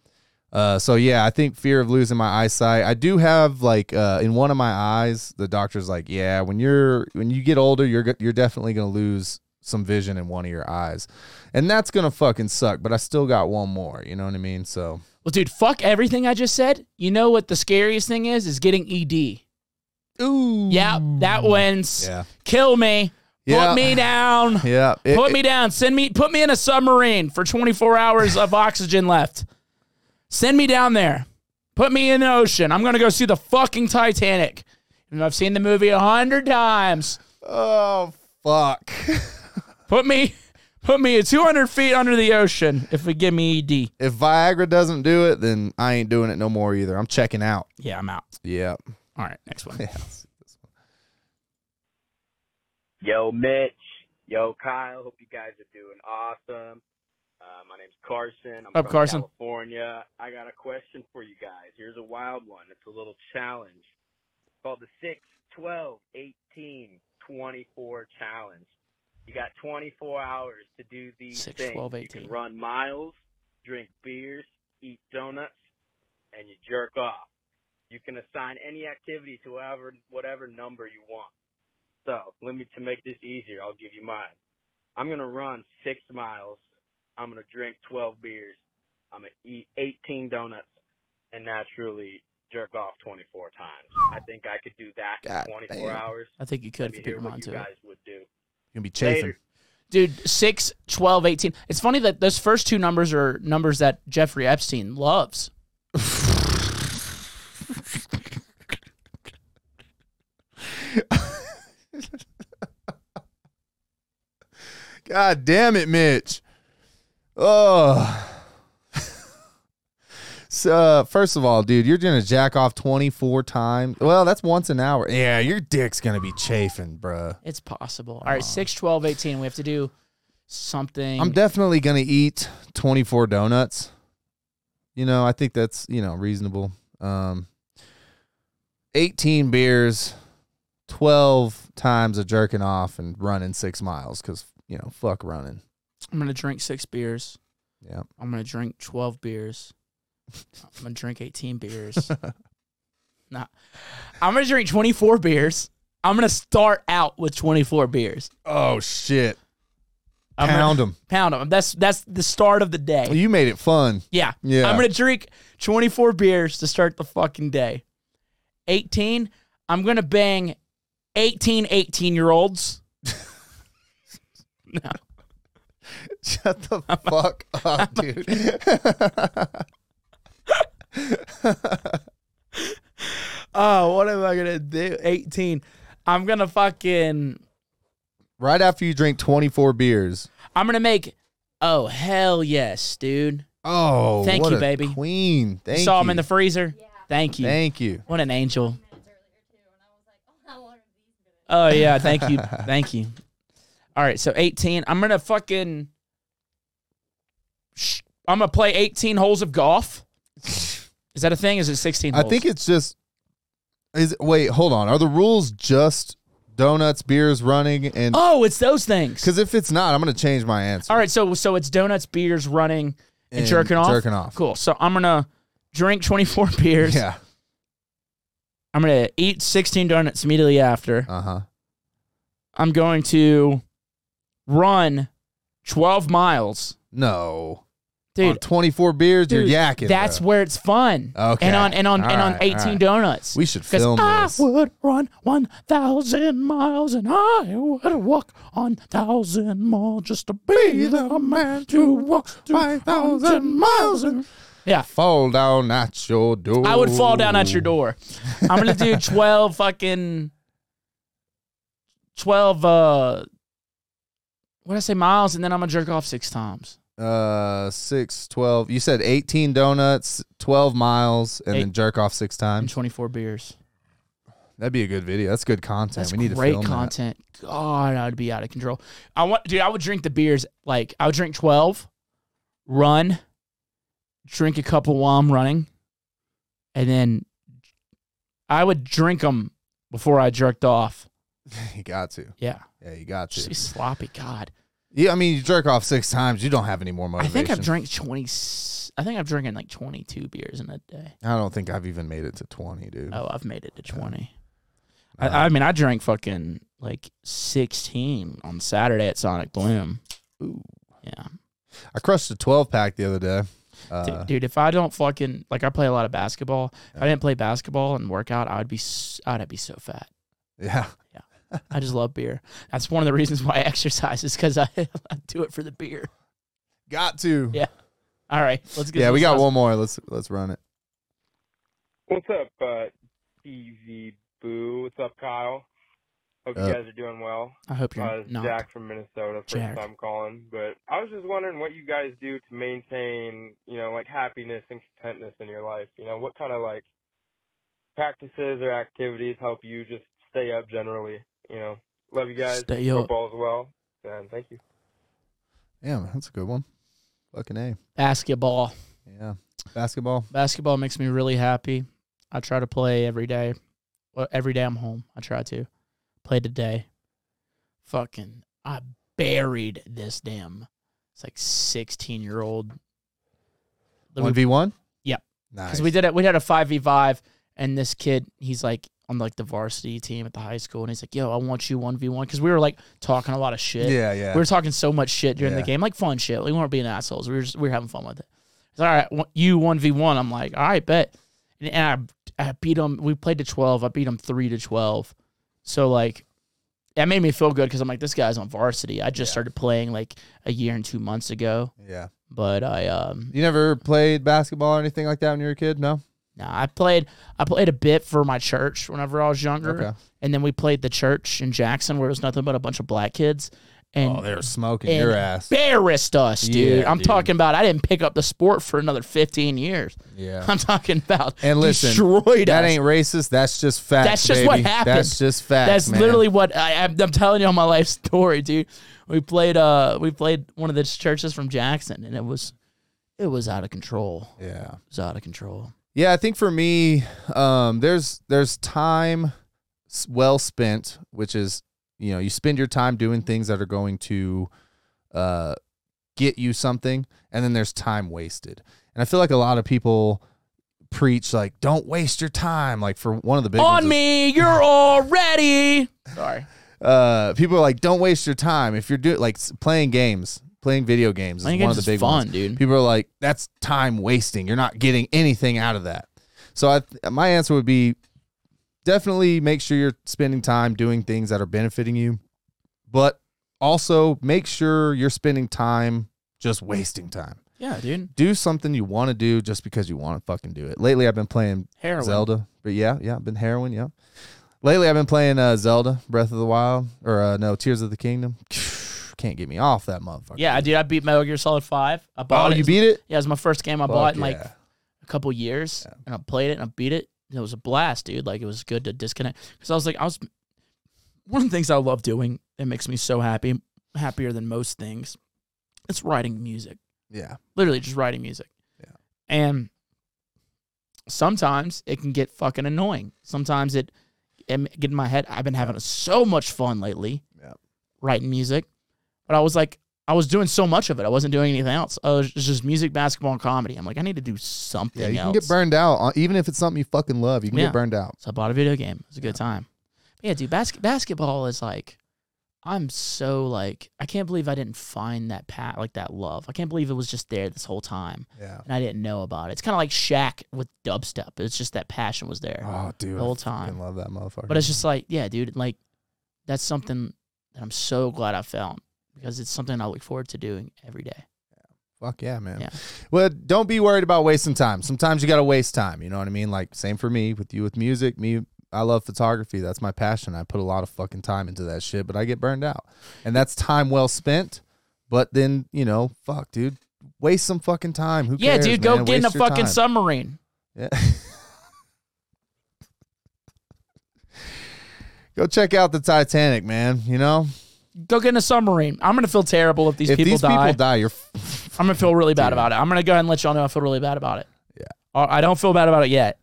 Uh, so yeah, I think fear of losing my eyesight. I do have like uh, in one of my eyes, the doctor's like, yeah, when you're when you get older, you're go- you're definitely gonna lose some vision in one of your eyes, and that's gonna fucking suck. But I still got one more. You know what I mean? So
well, dude, fuck everything I just said. You know what the scariest thing is? Is getting E ED.
ooh,
Yeah, that wins.
yeah,
Kill me.
Yeah.
Put me down.
yeah. It-
Put me down. Send me put me in a submarine for 24 hours of oxygen left. Send me down there. Put me in the ocean. I'm gonna go see the fucking Titanic. And I've seen the movie a hundred times.
Oh fuck.
Put me put me at 200 feet under the ocean if we give me E ED.
if Viagra doesn't do it, then I ain't doing it no more either. I'm checking out.
Yeah, I'm out.
Yeah.
All right, next one.
Yeah.
Yo, Mitch. Yo, Kyle. Hope you guys are doing awesome. Uh, my name's Carson. I'm
Up,
from
Carson.
California. I got a question for you guys. Here's a wild one. It's a little challenge it's called the 6, 12, 18, 24 challenge. You got 24 hours to do these
Six,
things.
12,
You
18.
can run miles, drink beers, eat donuts, and you jerk off. You can assign any activity to whatever whatever number you want. So let me to make this easier, I'll give you mine. I'm gonna run six miles. I'm gonna drink twelve beers. I'm gonna eat eighteen donuts, and naturally jerk off twenty four times. I think I could do that
God
in twenty four
damn.
hours.
I think you
Let
could
me
if you
hear
put them
what you
onto it.
guys would do.
Gonna be chafing.
Later.
Dude, 6, 12, 18. It's funny that those first two numbers are numbers that Jeffrey Epstein loves.
God damn it, Mitch. Oh. so, uh, first of all, dude, you're going to jack off 24 times. Well, that's once an hour. Yeah, your dick's going to be chafing, bruh.
It's possible. All right, 6, 12, 18. We have to do something.
I'm definitely going to eat 24 donuts. You know, I think that's, you know, reasonable. Um 18 beers, 12 times of jerking off and running 6 miles cuz, you know, fuck running.
I'm going to drink six beers.
Yeah.
I'm going to drink 12 beers. I'm going to drink 18 beers. nah. I'm going to drink 24 beers. I'm going to start out with 24 beers.
Oh shit.
I'm gonna-
Pound 'em.
Pound them. That's, that's the start of the
Well,
day.
you made it fun.
Yeah.
Yeah.
I'm going to drink 24 beers to start the fucking day. 18, I'm going to bang 18 18 year olds. no.
Shut the fuck up, dude.
Oh, what am I gonna do? 18. I'm gonna fucking
right after you drink 24 beers.
I'm gonna make oh hell yes, dude.
Oh,
Thank
what
you,
a
baby.
Queen. Thank
you saw
you.
him in the freezer? Thank you.
Thank you.
What an angel.
minutes earlier too, and I was like, oh, how long are these minutes?
Oh yeah, thank you. thank you. All right, so 18. I'm gonna fucking Shh. I'm gonna play 18 holes of golf. Is that a thing? Is it 16
I
holes?
think it's just is wait, hold on. Are the rules just donuts, beers, running and
Oh, it's those things.
cuz if it's not, I'm going to change my answer.
All right, so so it's donuts, beers, running, and,
And
jerking off.
jerking off.
Cool. So I'm gonna drink 24 beers.
Yeah.
I'm gonna eat 16 donuts immediately after.
Uh-huh.
I'm going to run 12 miles,
No. On
dude.
24 beers,
dude,
you're yakking.
That's
bro.
where it's fun.
Okay.
And on and on
All
and on
right,
18
all right.
donuts.
we should
Because
film
I
this.
would run 1,000 miles and I would walk on 1,000 more just to be the man to walk 5,000 miles. And- yeah.
Fall down at your door.
I would fall down at your door. I'm gonna do twelve fucking twelve uh what did I say miles and then I'm gonna jerk off six times.
Uh, six, 12. You said 18 donuts, 12 miles, and
Eight.
then jerk off six
And
times.
twenty four beers.
That'd be a good video. That's good content.
That's
we need
great
to film that.
content. God, I'd be out of control. I want dude, I would drink the beers like I would drink twelve, run, drink a couple while I'm running, and then I would drink them before I jerked off.
You got to.
Yeah.
Yeah, you got to.
Just be sloppy. God.
Yeah, I mean, you jerk off six times. You don't have any more
I
motivation.
think I've drank twenty. I think I've drinking like twenty two beers in a day.
I don't think I've even made it to 20, dude.
Oh, I've made it to twenty.
Uh,
I, I mean, I drank fucking like sixteen on Saturday at Sonic Bloom. Ooh, yeah,
I crushed a 12 pack the other day.
Dude-
Uh,
dude. If I don't fucking like, I play a lot of basketball. If I didn't play basketball and work out, I would be. s- I'd be so fat.
yeah.
I just love beer. That's one of the reasons why I exercise is because I, I do it for the beer.
Got to.
Yeah. All right, let's get.
Yeah, we
this
got
last-
one more. Let's let's run it.
What's up, uh, DZ Boo? What's up, Kyle? Hope
Uh,
you guys are doing well.
I hope you're
Uh, this is
not.
Jack from Minnesota. First
Jack.
time calling, but I was just wondering what you guys do to maintain, you know, like happiness and contentness in your life. You know, what kind of like practices or activities help you just stay up generally? You know, love you guys.
Stay
Hope
up.
all's well, and thank you.
Yeah, that's a good one. Fucking A.
Basketball.
Yeah. Basketball.
Basketball makes me really happy. I try to play every day. Well, every day I'm home. I try to play today. Fucking, I buried this damn. It's like 16 year old.
One v one.
Yep.
Nice.
Because we did it. We had a five v five, and this kid, he's like on like the varsity team at the high school, and he's like, "Yo, I want you one v one." Because we were like talking a lot of shit.
yeah, yeah.
We were talking so much shit during the
Yeah.
game, like fun shit. We weren't being assholes. We were just we were having fun with it. It's all right. one- You one v one. I'm like, all right, bet. And, and I I beat him. We played to twelve. I beat him three to twelve. So like, that made me feel good because I'm like, this guy's on varsity. I just
Yeah.
started playing like a year and two months ago,
yeah.
but I um
You never played basketball or anything like that when you were a kid? No.
nah, I played I played a bit for my church whenever I was younger,
Okay.
and then we played the church in Jackson where it was nothing but a bunch of black kids. And
Oh, they were smoking
and
your ass.
embarrassed us, dude.
Yeah,
I'm
dude.
talking about I didn't pick up the sport for another 15 years.
Yeah.
I'm talking about
And listen,
destroyed
That
us.
ain't racist. That's just facts.
That's just what
baby.
happened.
That's just facts.
That's
man.
literally what I, I'm I'm telling you on my life story, dude. We played uh we played one of the churches from Jackson, and it was it was out of control.
Yeah.
It was out of control.
Yeah, I think for me, um, there's there's time s- well spent, which is you know you spend your time doing things that are going to uh, get you something, and then there's time wasted. And I feel like a lot of people preach like don't waste your time. Like for one of the big ones
On
is-
me, you're already sorry.
uh, people are like don't waste your time if you're doing like s- playing games, playing video games is
I think
one
it's
of the
just
big
fun,
ones.
dude.
People are like, that's time wasting. You're not getting anything out of that. So I, my answer would be definitely make sure you're spending time doing things that are benefiting you, but also make sure you're spending time just wasting time.
Yeah, dude.
Do something you want to do just because you want to fucking do it. Lately, I've been playing
Heroin.
Zelda, but yeah, yeah, I've been heroin, yeah. Lately, I've been playing uh, Zelda Breath of the Wild or uh, no Tears of the Kingdom. Can't get me off that motherfucker.
Yeah, dude, I beat Metal Gear Solid Five. I
Oh,
bought it.
you beat it?
yeah, it was my first game I bought
Fuck
in like
yeah.
a couple years, and I played it and I beat it. And it was a blast, dude. Like it was good to disconnect because I was like, I was one of the things I love doing that makes me so happy, happier than most things. It's writing music.
yeah,
literally just writing music.
Yeah.
And sometimes it can get fucking annoying. Sometimes it, it get in my head. I've been having so much fun lately
Yeah.
writing music, but I was like, I was doing so much of it. I wasn't doing anything else. I was it's just music, basketball, and comedy. I'm like, I need to do something
yeah. You can
else.
get burned out, uh, even if it's something you fucking love. You can
Yeah.
get burned out.
So I bought a video game. It was a good time. But yeah, dude, bas- basketball is like, I'm so like, I can't believe I didn't find that pat like that love. I can't believe it was just there this whole time
Yeah.
and I didn't know about it. It's kind of like Shaq with dubstep. It's just that passion was there.
Oh, dude,
The whole
I
time.
fucking love that motherfucker.
But it's just like, yeah, dude, like that's something that I'm so glad I found because it's something I look forward to doing every day.
Fuck yeah, man.
Yeah.
Well, don't be worried about wasting time. Sometimes you gotta waste time. You know what I mean? Like same for me with you with music. Me, I love photography. That's my passion. I put a lot of fucking time into that shit, but I get burned out, and that's time well spent. But then you know, fuck, dude, waste some fucking time. Who
yeah,
cares,
dude, go
man?
get in a
Waste your
fucking
time.
submarine.
Yeah. go check out the Titanic, man. You know,
Go get in a submarine. I'm gonna feel terrible if these
if
people
these
die.
people die, you're
I'm gonna feel really bad
Dude.
about it. I'm gonna go ahead and let y'all know I feel really bad about it. Uh,
Yeah.
I I don't feel bad about it yet,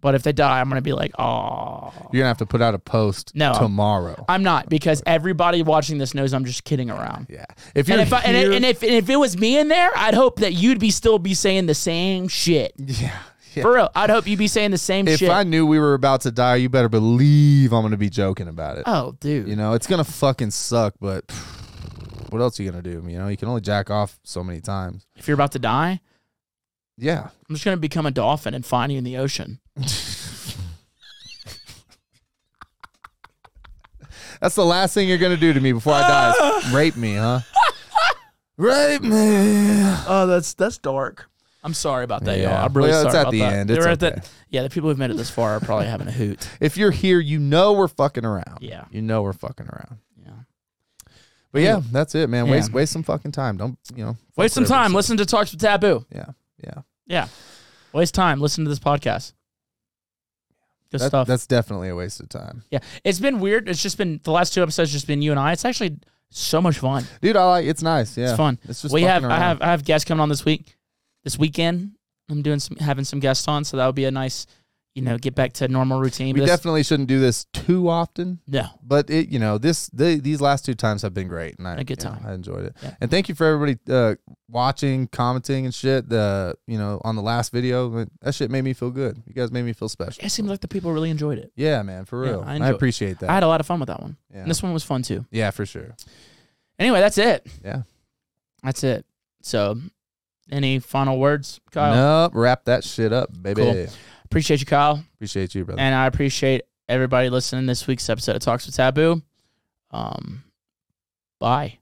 but if they die, I'm gonna be like, oh.
you're gonna have to put out a post
No.
tomorrow.
I'm not because everybody watching this knows I'm just kidding around.
yeah, if you're
And if, I, and,
here-
it- and if and if it was me in there, I'd hope that you'd be still be saying the same shit.
Yeah. yeah.
For real, I'd hope you'd be saying the same
If
shit.
I knew we were about to die, you better believe I'm going to be joking about it.
oh, dude,
You know, it's going to fucking suck, but what else are you going to do? You know, you can only jack off so many times.
if you're about to die,
Yeah.
I'm just gonna become a dolphin and find you in the ocean.
That's the last thing you're going to do to me before I die. is rape me, huh? rape me.
Oh, that's that's dark. I'm sorry about that,
Yeah.
y'all. I'm really
Well,
sorry
it's at
about
the
that.
end.
They
It's
were at the-
okay.
yeah, the people who've made it this far are probably having a hoot.
If you're here, you know we're fucking around.
Yeah.
You know we're fucking around.
Yeah.
But yeah, that's it, man.
Yeah.
Waste waste some fucking time. Don't, you know. fuck
Waste some
whatever it
time.
says.
Listen to Talks with Taboo.
Yeah. Yeah.
Yeah, waste time. Listen to this podcast. Good
That-
stuff.
That's definitely a waste of time.
Yeah, it's been weird. It's just been the last two episodes. Just been you and I. It's actually so much fun.
Dude, I like it's nice. Yeah.
It's fun.
It's just
we have
fucking
I
around.
have I have guests coming on this week, this weekend. I'm doing some having some guests on, so that would be a nice, you know, get back to normal routine.
we
But this-
definitely shouldn't do this too often.
no,
But it, you know, this the, these last two times have been great, and I,
A good
you know,
time.
I enjoyed it.
Yeah.
And thank you for everybody uh, watching, commenting, and shit. The you know on the last video, like, that shit made me feel good. You guys made me feel special.
it seemed like the people really enjoyed it.
yeah, man, for
Yeah,
real.
I
I,
enjoy-
appreciate that.
I had a lot of fun with that one.
yeah.
And this one was fun too.
yeah, for sure.
Anyway, that's it.
Yeah.
That's it. So, any final words, Kyle?
Nope, wrap that shit up, baby.
Cool. Appreciate you, Kyle,
Appreciate you, brother.
and I appreciate everybody listening to this week's episode of Talks with Taboo. Um, bye.